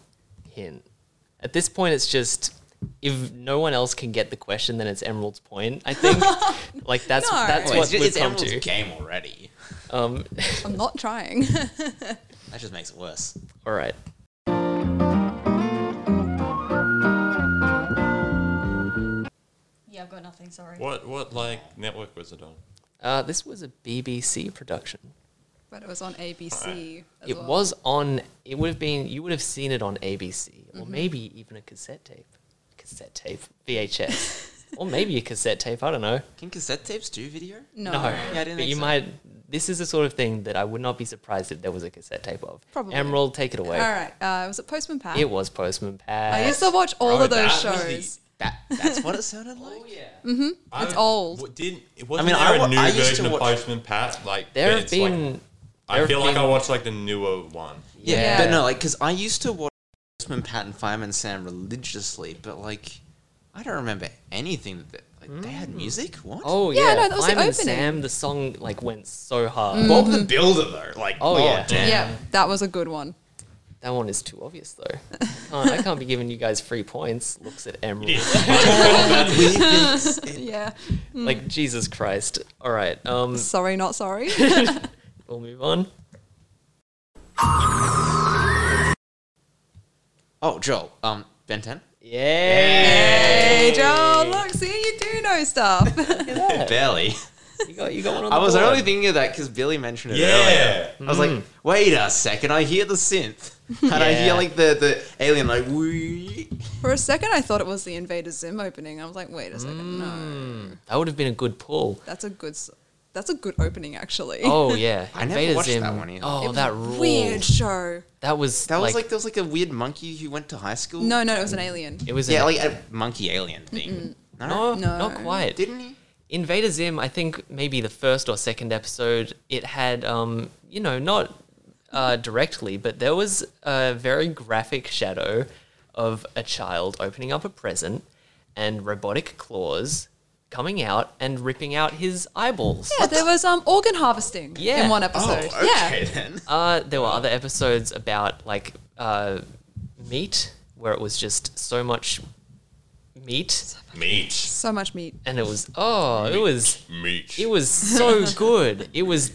S1: hint. At this point, it's just if no one else can get the question, then it's Emerald's point. I think like that's
S3: No.
S1: that's
S2: Wait,
S1: what
S2: it's, just,
S1: we've
S2: it's
S1: come
S2: Emerald's
S1: to.
S2: game already.
S1: Um,
S3: I'm not trying.
S2: That just makes it worse.
S1: all right.
S6: Yeah, I've got nothing. Sorry.
S4: What what like network was it on?
S1: Uh, this was a BBC production.
S3: but it was on ABC. As
S1: It
S3: well.
S1: was on. It would have been. You would have
S3: Mm-hmm.
S1: seen it on ABC or maybe even a cassette tape. Cassette tape, VHS. or maybe a cassette tape. I don't know.
S2: Can cassette tapes do video?
S3: No.
S1: No,
S2: I didn't
S1: but
S2: think
S1: you
S2: so.
S1: might. This is the sort of thing that I would not be surprised if there was a cassette tape of.
S3: Probably.
S1: Emerald, take it away.
S3: All right. Uh, was it Postman Pat?
S1: It Oh, was Postman Pat.
S3: I used to watch all of those
S2: That was the-
S3: shows.
S2: that, that's what it sounded
S3: Oh,
S2: like.
S3: It's old.
S4: Didn't wasn't
S2: mean, I
S4: there a
S2: wa-
S4: new
S2: I used to
S4: version of
S2: watch-
S4: Postman Pat? Like
S1: There
S4: but
S1: have
S4: it's like-
S1: been. there
S4: I
S1: have
S4: feel like I
S1: been-
S4: watched like the newer one.
S2: Yeah,
S1: Yeah.
S2: but no, like because I used to watch Postman Pat and Fireman Sam religiously, but like I don't remember anything that like, they had music. What?
S1: Oh yeah,
S3: Yeah, no, that was the
S1: Fireman
S3: opening. Mm.
S1: Sam. The song like went so hard.
S2: Bob the Builder though, like
S1: Oh, yeah.
S2: damn.
S3: Yeah, that was a good one.
S1: That one is too obvious though. I can't, I can't be giving you guys free points. Looks at Emerald.
S3: Yeah.
S1: like Jesus Christ. All right. Um,
S3: Sorry, not sorry.
S1: we'll move on.
S2: Oh, Joel, um, Ben Ten,
S1: Yeah.
S3: hey, Joel, look, see, you do know stuff.
S2: Barely.
S1: You got you got one on
S2: I
S1: the
S2: was
S1: board.
S2: only thinking of that because Billy mentioned it earlier.
S4: Yeah.
S2: I was like, wait a second, I hear the synth. And I
S1: Yeah.
S2: hear like the, the alien like wee.
S3: For a second, I thought it was the Invader Zim opening. I was like, wait a second,
S1: Mm.
S3: no,
S1: That would have been a good pull.
S3: that's a good, s- that's a good opening actually.
S1: Oh yeah.
S2: I never
S1: Invader
S2: watched
S1: Zim.
S2: that one either.
S1: Oh,
S3: It was
S1: that
S3: a
S1: ruled.
S3: weird show.
S1: That was
S2: That was
S1: like,
S2: like there was like a weird monkey who went to high school.
S3: No, no, it was an alien.
S1: it was
S2: Yeah,
S1: an-
S2: like a monkey alien thing.
S1: no,
S3: No.
S1: not quite.
S2: Didn't he?
S1: Invader Zim, I think maybe the first or second episode, it had, um, you know, not uh, directly, but there was a very graphic shadow of a child opening up a present and robotic claws coming out and ripping out his eyeballs.
S3: Yeah, there was um organ harvesting
S1: Yeah. Oh,
S3: in one episode. Yeah,
S2: then.
S1: Uh, there were other episodes about like uh, meat, where it was just so much meat,
S4: Meat.
S3: so much meat.
S1: and it was oh, it was
S4: Meat.
S1: It was so good. It was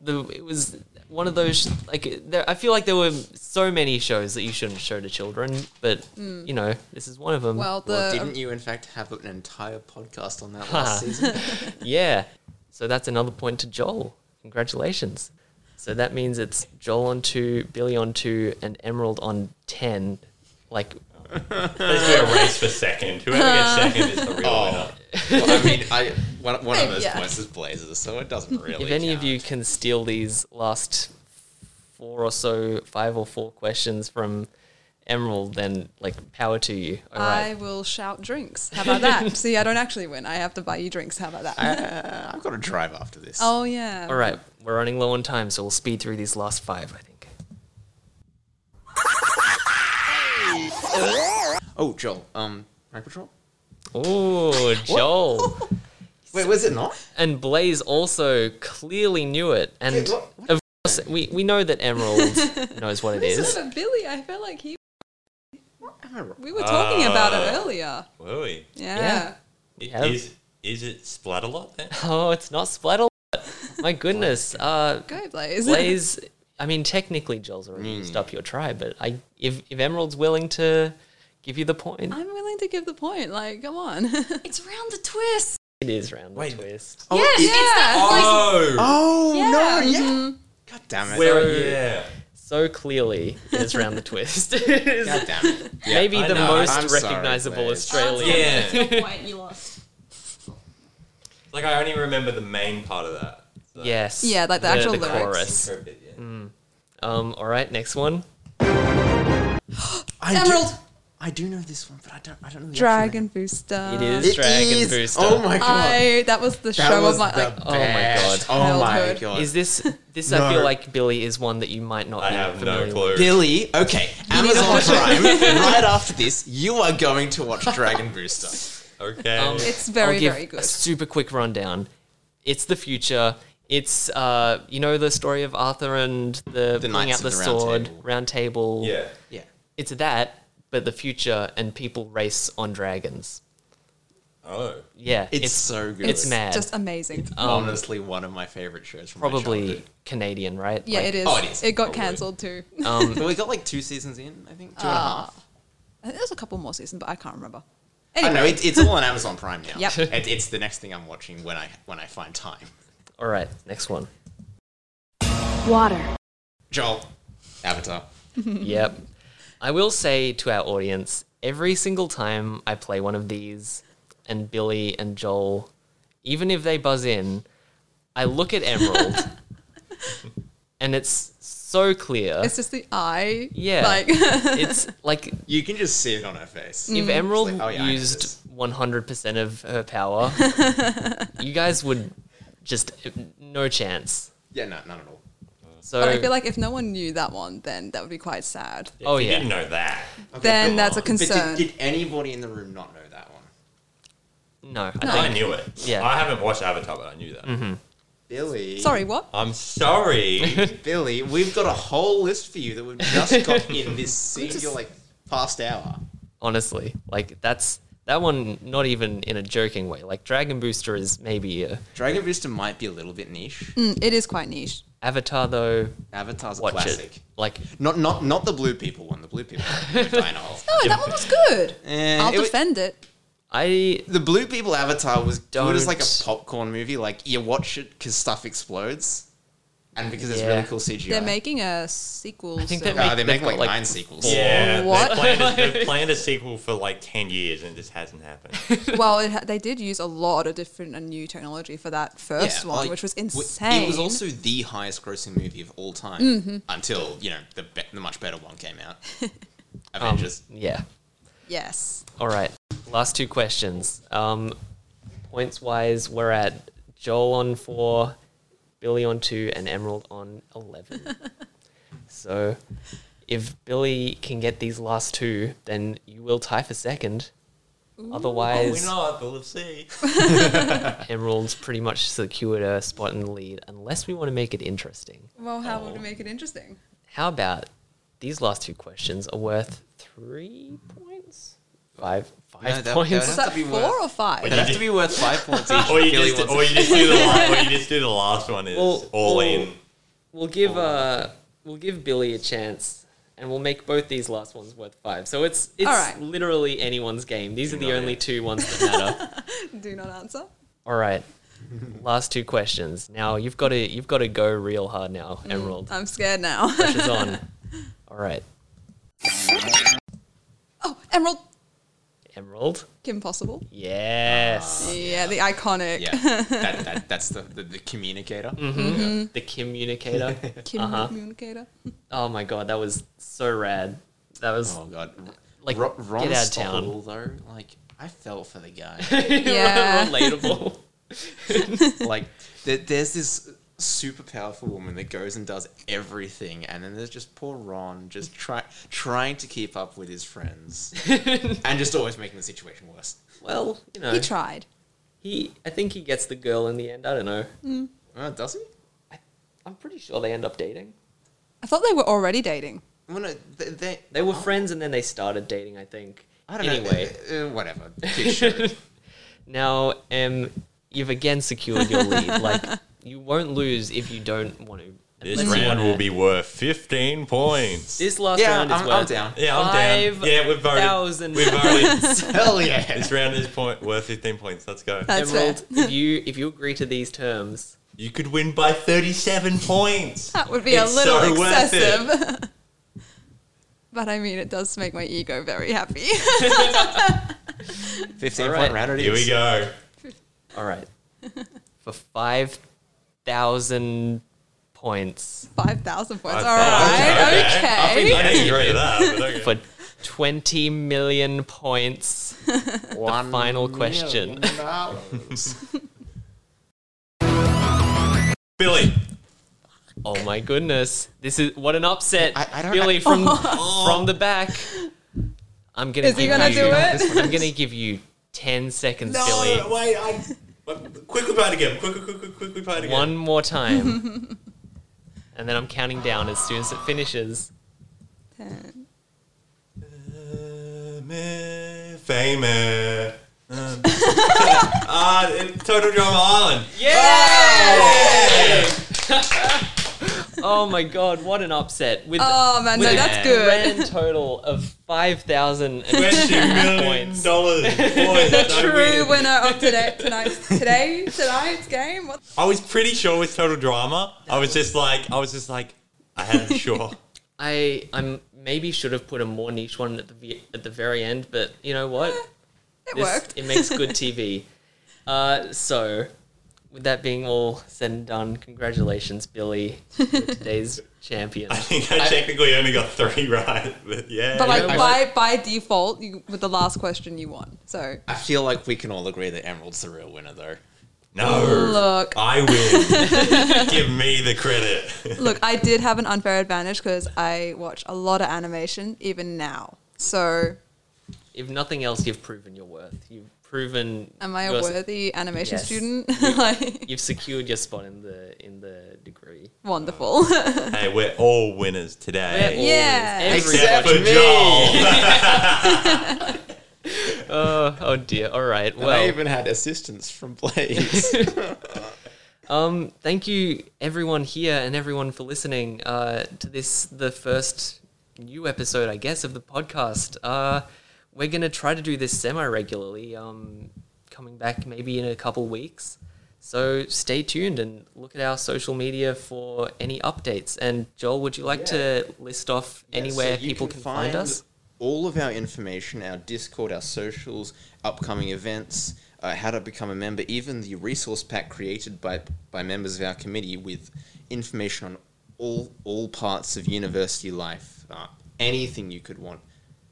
S1: the it was one of those like there, I feel like there were so many shows that you shouldn't show to children, but you know this is one of them.
S3: Hmm. Well, the
S2: Well, didn't you in fact have an entire podcast on that
S1: Ha.
S2: last season?
S1: yeah, so that's another point to Joel. Congratulations. So that means it's Joel on two, Billy on two, and Emerald on ten. Like
S4: There's a race for second. Whoever gets second is the real winner.
S2: well, I mean, I one, one of
S3: Maybe,
S2: those
S3: yeah.
S2: points is Blazers, so it doesn't really.
S1: if any of
S2: count.
S1: you can steal these last four or so, five or four questions from Emerald, then like power to you. All right.
S3: I will shout drinks. How about that? See, I don't actually win. I have to buy you drinks. How about that?
S2: Uh, I've got to drive after this.
S3: oh yeah.
S1: All right, we're running low on time, so we'll speed through these last five, I think.
S2: Oh, Joel, um, Rank Patrol.
S1: Oh, Joel.
S2: Wait, was it not?
S1: and Blaze also clearly knew it. And
S2: Wait, what- what
S1: of course, we, we know that Emerald knows what it is.
S3: But Billy, I felt like he.
S2: Am I wrong?
S3: We were talking about it earlier.
S4: Whoa.
S3: Yeah.
S1: Uh, Yeah. have-
S4: Is is it splat a lot then?
S1: Oh, it's not Splattle. My goodness. Uh,
S3: Go Blaze.
S1: Blaze, I mean, technically, Joel's already used up your try, but I, if, if Emerald's willing to give you the point,
S3: I'm willing to give the point. Like, come on.
S6: It's round the twist.
S1: it is round the
S4: Wait.
S1: twist.
S2: Oh,
S3: yeah. Mm-hmm.
S4: Oh.
S2: Oh no! Yeah. God damn it!
S1: Where-
S4: yeah.
S1: So clearly, it is round the twist. It is
S2: God damn it!
S1: Maybe
S4: I
S1: the
S4: know.
S1: most
S2: I'm sorry,
S1: recognizable
S2: Blaze.
S1: Australian.
S4: Yeah. It's
S6: Wait, you lost.
S4: like I only remember the main part of that. So.
S1: Yes.
S3: Yeah, like the actual lyrics.
S1: chorus.
S4: For a bit, yeah.
S1: Um, all right, next one.
S2: I
S3: Emerald.
S2: Do, I do know this one, but I don't. I don't know. The
S3: Dragon Booster.
S1: It is
S2: Actual name.
S1: Dragon
S2: it is.
S1: Booster. Oh
S2: Oh my god!
S3: I that was the
S2: that
S3: show
S2: was
S3: of my
S2: the
S3: like
S1: my
S2: best.
S1: God.
S2: Oh my
S3: Childhood.
S2: god!
S1: Is this this? I
S2: No.
S1: feel like Billy is one that you might not
S4: I
S1: be
S4: have no
S1: familiar with.
S4: clue.
S2: Billy, okay, Amazon
S3: watch it.
S2: Prime. right after this, you are going to watch Dragon Booster.
S4: Okay.
S1: Um,
S3: it's
S1: I'll
S3: very
S1: give
S3: very
S1: A
S3: good.
S1: super quick rundown. It's the future. It's uh, you know the story of Arthur and the, pulling
S2: Knights
S1: out the,
S2: of the Round
S1: sword,
S2: Table.
S1: round table.
S4: yeah.
S2: Yeah.
S1: It's that, but the future and people race on dragons.
S4: Oh.
S1: Yeah,
S2: It's, so good.
S1: it's mad.
S3: Just amazing.
S2: Honestly, one of my favorite shows from my
S1: Probably
S2: childhood.
S1: Canadian, right?
S3: yeah,
S1: Like, Um,
S3: it is.
S2: oh, it is,
S3: It got
S2: probably.
S3: cancelled too.
S2: But we got like two seasons in, I think, two and a half.
S3: I think there's a couple more seasons, but I can't remember.
S2: I know
S3: Anyway,
S2: it's, it's all on Amazon Prime now.
S3: Yep.
S2: It, it's the next thing I'm watching when I when I find time.
S1: All right, next one.
S7: Water.
S2: Joel, Avatar.
S1: Yep. I will say to our audience every single time I play one of these, and Billy and Joel, even if they buzz in, I look at Emerald, and it's so clear.
S3: It's just the eye.
S1: Yeah.
S3: Like
S1: it's like
S2: You can just see it on her face.
S3: Mm.
S1: if Emerald
S2: like, oh, yeah, I know this.
S1: used 100% of her power, you guys would just no chance.
S2: Yeah, no, none at all.
S1: So
S3: but I feel like if no one knew that one, then that would be quite sad.
S1: oh
S4: If you
S1: yeah,
S4: didn't know that.
S3: then
S2: cool.
S3: that's a
S2: But
S3: concern.
S2: did, did anybody in the room not know that one?
S1: no, I
S4: I
S1: think
S4: knew it.
S1: Yeah. Mm-hmm.
S4: I haven't watched Avatar, but I knew that.
S2: Billy.
S3: Sorry, what?
S4: I'm sorry.
S2: Billy, we've got a whole list for you that we've just got in this singular, like, past hour.
S1: honestly, like that's that one. Not even in a joking way. Like Dragon Booster is maybe a
S2: Dragon Booster might be a little bit niche.
S3: Mm, it is quite niche.
S1: Avatar though.
S2: Avatar's a
S1: Watch
S2: classic.
S1: it. Like
S2: Not, not, not the blue people one. The blue people one. would die in a hole.
S3: No, that one was good.
S2: Eh,
S3: I'll
S2: it wa-
S3: defend it.
S1: I
S2: The blue people Avatar was good as like a
S1: Don't.
S2: popcorn movie. Like you watch it because stuff explodes, and because it's
S1: Yeah.
S2: really cool CGI.
S3: They're making a sequel.
S1: think
S3: so-
S1: that-
S2: Ah,
S1: Make-
S2: they're
S1: they've
S2: making
S1: got,
S2: like,
S1: like,
S2: nine sequels.
S4: yeah.
S3: What?
S4: They've planned, a, they've planned a sequel for like 10 years and it just hasn't happened.
S3: well, it ha- they did use a lot of different and new technology for that first
S2: Yeah,
S3: one,
S2: like,
S3: which was
S2: w-
S3: insane. Mm-hmm.
S2: It was also the highest grossing movie of all time until you know the, be- the much better one came out.
S1: um,
S2: Avengers.
S1: yeah.
S3: yes.
S1: All right, last two questions. Um, points wise, we're at Joel on four, Billy on two, and Emerald on eleven. so, if Billy can get these last two, then you will tie for second. Otherwise,
S4: Oh, not, but let's see.
S1: Emerald's pretty much secured a spot in the lead, unless we want to make it interesting.
S3: Well, how
S2: Oh.
S3: would it make it interesting?
S1: How about these last two questions are worth three points? Five,
S2: No,
S1: five points.
S2: that- that-
S3: Was
S2: It'd have
S3: that
S2: to be
S3: four
S2: worth-
S3: or five?
S4: Wait,
S2: It'd have to be worth five points each.
S4: or, you
S2: Billy
S4: just,
S2: wants
S4: or,
S2: it.
S4: you just do the, la- or you just do the last one is
S1: Well,
S4: all
S1: well-
S4: in.
S1: We'll give uh, we'll give Billy a chance, and we'll make both these last ones worth five. So it's it's
S3: All right.
S1: literally anyone's game. These are the
S4: Ignore
S1: only
S4: it.
S1: two ones that matter.
S3: Do not answer.
S1: All right, last two questions. Now you've got to you've got to go real hard now, Emerald.
S3: I'm scared now.
S1: Pressure's on. All right,
S3: oh, Emerald.
S1: Emerald.
S3: Kim Possible.
S1: Yes,
S3: yeah, the iconic
S2: Yeah, Mm-hmm. that, that, that's the, the, the communicator.
S1: Mm-hmm. the communicator.
S3: Kim
S2: Uh-huh.
S3: communicator.
S1: oh my god, that was so rad. That was
S2: Oh god,
S1: like
S2: Ro- Ron
S1: get out of
S2: Stoll,
S1: town.
S2: though, like I fell for the guy.
S3: Yeah.
S1: relatable.
S2: like there, there's this super powerful woman that goes and does everything and then there's just poor ron just try, trying to keep up with his friends and just always making the situation worse
S1: well, you know,
S2: uh,
S3: He tried.
S1: he I think he gets the girl in the end. I don't know.
S2: uh, does he
S1: I'm pretty sure they end up dating.
S3: I thought they were already dating.
S2: well, no, they, they,
S1: They were friends and then they started dating, I think.
S2: Oh. I don't
S1: anyway,
S2: know uh, uh, whatever Big show.
S1: now um, you've again secured your lead. like you won't lose if you don't want to.
S4: This
S1: Unless you
S4: round
S1: wanna-
S4: will be worth 15 points.
S1: This last
S2: yeah
S1: round
S2: I'm,
S1: is
S2: I'm
S1: worth
S2: down
S4: Yeah, I'm
S1: Five
S4: down. Yeah, we've voted.
S1: thousand
S4: We've voted.
S2: hell yeah
S4: this round is point worth 15 points. Let's go.
S3: That's
S1: Emerald.
S3: fair.
S1: if you if you agree to these terms,
S4: You could win by 37 points.
S3: That would be
S4: It's
S3: a little
S4: so worth it.
S3: excessive. but I mean, it does make my ego very happy.
S2: 15
S1: Alright.
S2: point round it
S4: Here we
S2: is.
S4: go.
S1: all right, for five thousand points
S3: 5,000 points.
S4: Five
S3: All
S4: thousand,
S3: right.
S4: okay.
S3: Okay.
S4: I think I didn't agree with that. But okay.
S1: for twenty million points. the final question.
S4: Billy,
S1: Oh my goodness! This is what an upset,
S2: I- I don't-
S1: Billy
S2: I-
S1: from from the back. I'm gonna.
S3: Is he
S1: give
S3: going to
S1: you-
S3: do it?
S1: I'm gonna give you ten seconds, Billy.
S4: wait, I. What- Quickly play it again. Quickly, quickly, quickly play it again.
S1: One more time, and then I'm counting down as soon as it finishes.
S3: Ten.
S4: Famous. Famous. Um, uh, in Total Drama Island.
S1: Yeah! oh my god! What an upset with
S3: Oh, man, no,
S1: With
S3: that's
S2: a
S1: a
S3: good.
S1: grand total of five thousand
S4: Twenty million
S1: points.
S4: dollars.
S3: The true winner of today, tonight's, today, tonight's game. What?
S4: I was pretty sure it was Total Drama. I was just like, I was just like, I had not sure.
S1: I I maybe should have put a more niche one at the ve- at the very end, but you know what?
S3: Eh, It
S1: This-
S3: worked.
S1: It makes good TV. Uh, so, with that being all said and done, congratulations, Billy, you're today's champion.
S4: I think I technically only got three right, but yeah.
S3: But like
S1: know
S3: by, by default, you, with the last question you won. So
S2: I feel like we can all agree that Emerald's the real winner, though.
S4: no,
S3: look,
S4: I win. Give me the credit.
S3: look, I did have an unfair advantage because I watch a lot of animation even now. So
S1: if nothing else, you've proven your worth. You've proven.
S3: am I
S1: your-
S3: a worthy animation
S1: Yes.
S3: student? like,
S1: You've secured your spot in the in the degree.
S3: wonderful.
S4: hey, we're all winners today.
S3: Yeah.
S4: Except for
S1: Everybody.
S4: Joel.
S1: Oh, oh dear. All right.
S2: And I
S1: Well,
S2: even had assistance from Blaze.
S1: um, thank you everyone here and everyone for listening uh, to this the first new episode, I guess, of the podcast. Uh, we're gonna try to do this semi regularly. Um, coming back maybe in a couple weeks. So stay tuned and look at our social media for any updates. And Joel, would you like to list off anywhere
S2: So you
S1: people can, find, us?
S2: All of our information, our Discord, our socials, upcoming events, uh, how to become a member, even the resource pack created by by members of our committee with information on all all parts of university life, uh, anything you could want,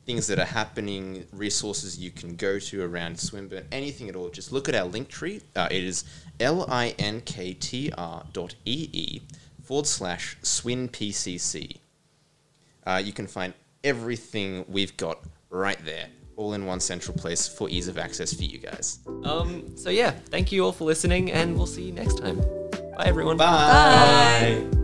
S2: things that are happening, resources you can go to around Swinburne, anything at all. Just look at our link tree. Uh, it is l i n k t r dot e e forward slash swin pcc. Uh, you can find everything we've got right there, all in one central place for ease of access for you guys.
S1: Um, so yeah, thank you all for listening, and we'll see you next time. Bye everyone.
S2: Bye.
S4: Bye.